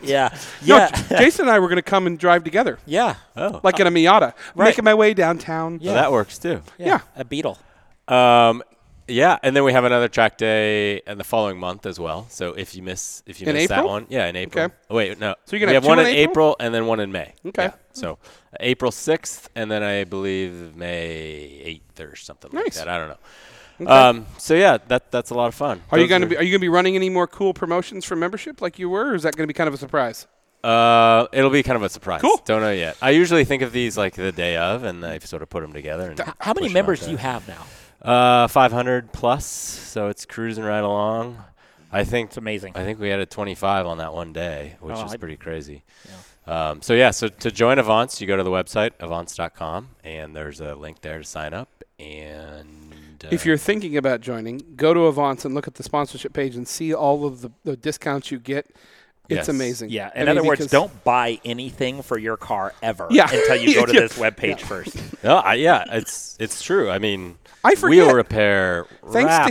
Speaker 2: Yeah.
Speaker 1: No,
Speaker 2: Yeah.
Speaker 1: J- Jason and I were going to come and drive together,
Speaker 2: yeah.
Speaker 5: Oh,
Speaker 1: like in a Miata,
Speaker 2: right.
Speaker 1: making my way downtown.
Speaker 5: well, that works too.
Speaker 1: Yeah.
Speaker 2: A beetle.
Speaker 5: Um, yeah, and then we have another track day in the following month as well. So if you miss, if you
Speaker 1: In
Speaker 5: miss that
Speaker 1: April?
Speaker 5: one, yeah, in April.
Speaker 1: Okay.
Speaker 5: Oh, wait, no.
Speaker 1: So you're gonna
Speaker 5: we
Speaker 1: have
Speaker 5: have,
Speaker 1: two
Speaker 5: one
Speaker 1: in
Speaker 5: in
Speaker 1: April?
Speaker 5: April? and then one in May.
Speaker 1: Okay.
Speaker 5: Yeah. So uh, April sixth, and then I believe May eighth or something like
Speaker 1: Nice.
Speaker 5: that. I don't know. Um, so yeah, that that's a lot of fun.
Speaker 1: Are you
Speaker 5: Those
Speaker 1: going to be Are you going to be running any more cool promotions for membership like you were, or is that going to be kind of a surprise?
Speaker 5: Uh, it'll be kind of a surprise.
Speaker 1: Cool.
Speaker 5: Don't know yet. I usually think of these like the day of, and I sort of put them together. And
Speaker 2: How many
Speaker 5: push 'em out
Speaker 2: members
Speaker 5: there.
Speaker 2: do you have now?
Speaker 5: Uh, 500 plus. So it's cruising right along. I think
Speaker 2: It's amazing.
Speaker 5: I think we had a 25 on that one day, which
Speaker 2: Oh,
Speaker 5: is
Speaker 2: I-
Speaker 5: pretty crazy. Um, so yeah, so to join Avance, you go to the website avance.com, and there's a link there to sign up. And uh,
Speaker 1: If you're thinking about joining, go to Avance and look at the sponsorship page and see all of the, the discounts you get. It's
Speaker 5: Yes.
Speaker 1: amazing.
Speaker 2: Yeah.
Speaker 1: I
Speaker 2: In
Speaker 1: mean,
Speaker 2: other words,
Speaker 1: because-
Speaker 2: don't buy anything for your car ever
Speaker 1: Yeah.
Speaker 2: until you go to
Speaker 1: Yeah.
Speaker 2: this webpage first.
Speaker 5: no, uh, oh, I, yeah, it's it's true. I mean,
Speaker 1: I
Speaker 5: wheel
Speaker 1: forget.
Speaker 5: repair.
Speaker 1: Thanks to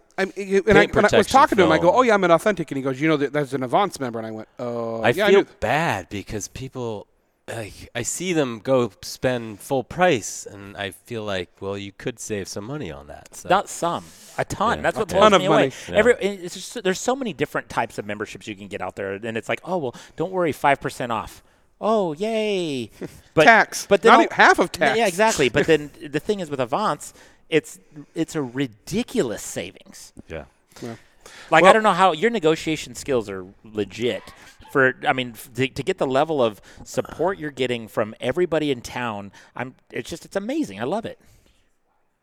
Speaker 1: him, I'm, you- and I,
Speaker 5: paint
Speaker 1: when I was
Speaker 5: protection
Speaker 1: talking to him, I go,
Speaker 5: film.
Speaker 1: "Oh yeah, I'm an authentic," and he goes, "You know that that's an Avance member," and I went, "Oh,
Speaker 5: I
Speaker 1: yeah, I
Speaker 5: feel
Speaker 1: knew-
Speaker 5: bad because people like I see them go spend full price and I feel like well you could save some money on that. So
Speaker 2: Not some. A ton.
Speaker 5: Yeah.
Speaker 2: That's what
Speaker 5: A
Speaker 2: blows
Speaker 1: ton
Speaker 2: me
Speaker 1: of money.
Speaker 2: away. Every, it's just, there's so many different types of memberships you can get out there, and it's like, oh well, don't worry, five percent off. Oh yay! But,
Speaker 1: Tax.
Speaker 2: but then
Speaker 1: Not
Speaker 2: I'll-
Speaker 1: e- half of
Speaker 2: Yeah,
Speaker 1: tax.
Speaker 2: Yeah, exactly. But then the thing is with Avance, it's it's a ridiculous savings.
Speaker 5: yeah.
Speaker 2: Like I
Speaker 1: Well-
Speaker 2: don't know how your negotiation skills are legit. for I mean f- to, to get the level of support you're getting from everybody in town. I'm it's just it's amazing. I love it.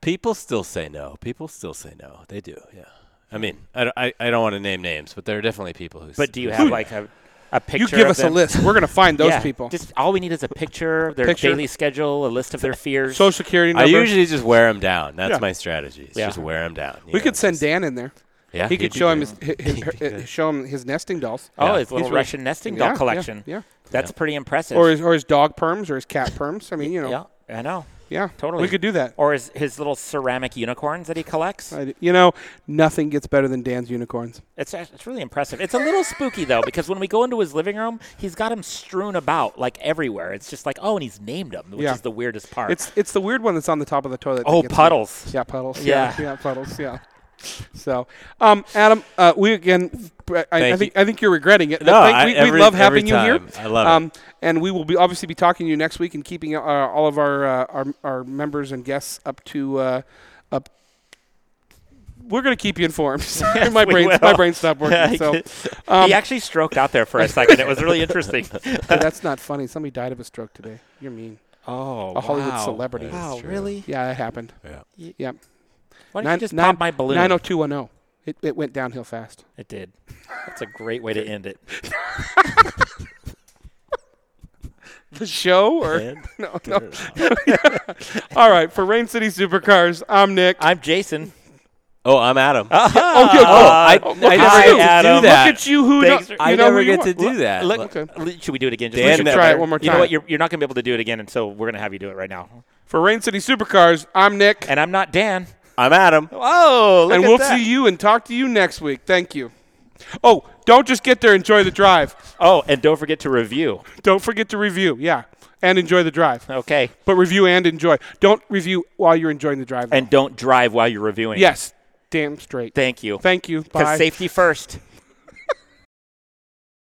Speaker 5: People still say no. People still say no. They do. Yeah. I mean, I, don't- I, I don't want to name names, but there are definitely people who. s-
Speaker 2: But do you
Speaker 5: who
Speaker 2: have
Speaker 5: say
Speaker 2: like
Speaker 5: no.
Speaker 2: a a picture?
Speaker 1: You give
Speaker 2: of
Speaker 1: us a
Speaker 2: them?
Speaker 1: list. We're going to find those
Speaker 2: Yeah,
Speaker 1: people.
Speaker 2: Just all we need is a picture, their
Speaker 1: Picture.
Speaker 2: daily schedule, a list of their fears.
Speaker 1: Social security
Speaker 5: I
Speaker 1: number.
Speaker 5: usually just wear them down. That's
Speaker 1: Yeah.
Speaker 5: my strategy. Is
Speaker 2: Yeah.
Speaker 5: Just wear them down. you
Speaker 1: we
Speaker 5: know,
Speaker 1: could send
Speaker 5: just-
Speaker 1: Dan in there.
Speaker 5: Yeah,
Speaker 1: he
Speaker 5: he'd
Speaker 1: could
Speaker 5: be
Speaker 1: show him
Speaker 5: good.
Speaker 1: his, his,
Speaker 5: He'd be
Speaker 1: her- uh,
Speaker 5: good.
Speaker 1: show him his nesting dolls.
Speaker 2: oh,
Speaker 5: Yeah.
Speaker 2: his little
Speaker 1: He's really-
Speaker 2: Russian nesting
Speaker 1: Yeah,
Speaker 2: doll
Speaker 1: yeah,
Speaker 2: collection.
Speaker 1: yeah.
Speaker 2: That's pretty impressive.
Speaker 1: Or his, or his dog perms or his cat perms. I mean, you know,
Speaker 2: yeah,
Speaker 1: yeah,
Speaker 2: I know.
Speaker 1: totally.
Speaker 2: Totally.
Speaker 1: We could do that.
Speaker 2: Or his his little ceramic unicorns that he collects.
Speaker 1: I- You know, nothing gets better than Dan's unicorns.
Speaker 2: It's act- it's really impressive. It's a little spooky though because when we go into his living room, he's got him strewn about like everywhere. It's just like oh, and he's named them, which
Speaker 1: Yeah.
Speaker 2: is the weirdest part.
Speaker 1: It's it's the weird one that's on the top of the toilet. that
Speaker 2: oh,
Speaker 1: gets me.
Speaker 2: puddles.
Speaker 1: Yeah, puddles. yeah,
Speaker 2: Yeah.
Speaker 1: puddles. Yeah. So, um, Adam, uh, we again, I, I
Speaker 5: Thank
Speaker 1: think
Speaker 5: you.
Speaker 1: I think you're regretting it.
Speaker 5: No,
Speaker 1: Thank-
Speaker 5: I-
Speaker 1: we, we
Speaker 5: every-
Speaker 1: love
Speaker 5: every
Speaker 1: having you here.
Speaker 5: time. I love it.
Speaker 1: um, And we will be obviously be talking to you next week and keeping uh, all of our, uh, our our members and guests up to uh, up. We're going to keep you informed. Sorry, my
Speaker 2: we
Speaker 1: brain
Speaker 2: will.
Speaker 1: my brain stopped working.
Speaker 2: Yeah,
Speaker 1: so um,
Speaker 2: he actually stroked out there for a second. It was really interesting.
Speaker 1: Hey, that's not funny. Somebody died of a stroke today. You're mean.
Speaker 2: Oh,
Speaker 1: A Hollywood celebrity.
Speaker 5: That is
Speaker 2: Wow,
Speaker 5: true.
Speaker 2: really?
Speaker 1: Yeah, it happened. Yeah. Yep.
Speaker 2: Why did
Speaker 1: Nine-
Speaker 2: you just
Speaker 1: nine-
Speaker 2: pop my balloon?
Speaker 1: 90210. It, it went downhill fast.
Speaker 2: It did. That's a great way to end it.
Speaker 1: The show or no, no. All right, for Rain City Supercars, I'm Nick.
Speaker 2: I'm Jason.
Speaker 5: Oh, I'm Adam.
Speaker 1: oh, good.
Speaker 5: uh, I, I never
Speaker 1: at
Speaker 5: get
Speaker 1: you.
Speaker 5: to do
Speaker 1: Look
Speaker 5: that.
Speaker 1: at you, who
Speaker 2: Thanks.
Speaker 1: know, you
Speaker 5: I
Speaker 1: know
Speaker 5: never
Speaker 1: who you
Speaker 5: get
Speaker 1: are.
Speaker 5: to do that.
Speaker 2: Uh, Look,
Speaker 5: Look-
Speaker 2: l- should we do it again? Just
Speaker 5: Dan
Speaker 2: we should
Speaker 5: never-
Speaker 1: Try it one more
Speaker 2: You know what?
Speaker 1: time.
Speaker 2: You're, you're not going to be able to do it again, and so we're going to have you do it right now.
Speaker 1: For Rain City Supercars, I'm Nick,
Speaker 2: And I'm not Dan.
Speaker 5: I'm Adam.
Speaker 2: Oh,
Speaker 1: and we'll see you and talk to you next week. Thank you. Oh, don't just get there. Enjoy the drive.
Speaker 2: Oh, and don't forget to review.
Speaker 1: Don't forget to review. Yeah, and enjoy the drive.
Speaker 2: Okay.
Speaker 1: But review and enjoy. Don't review while you're enjoying the drive. though.
Speaker 2: And don't drive while you're reviewing.
Speaker 1: yes, damn straight.
Speaker 2: Thank you.
Speaker 1: Thank you. Bye.
Speaker 2: Because safety first.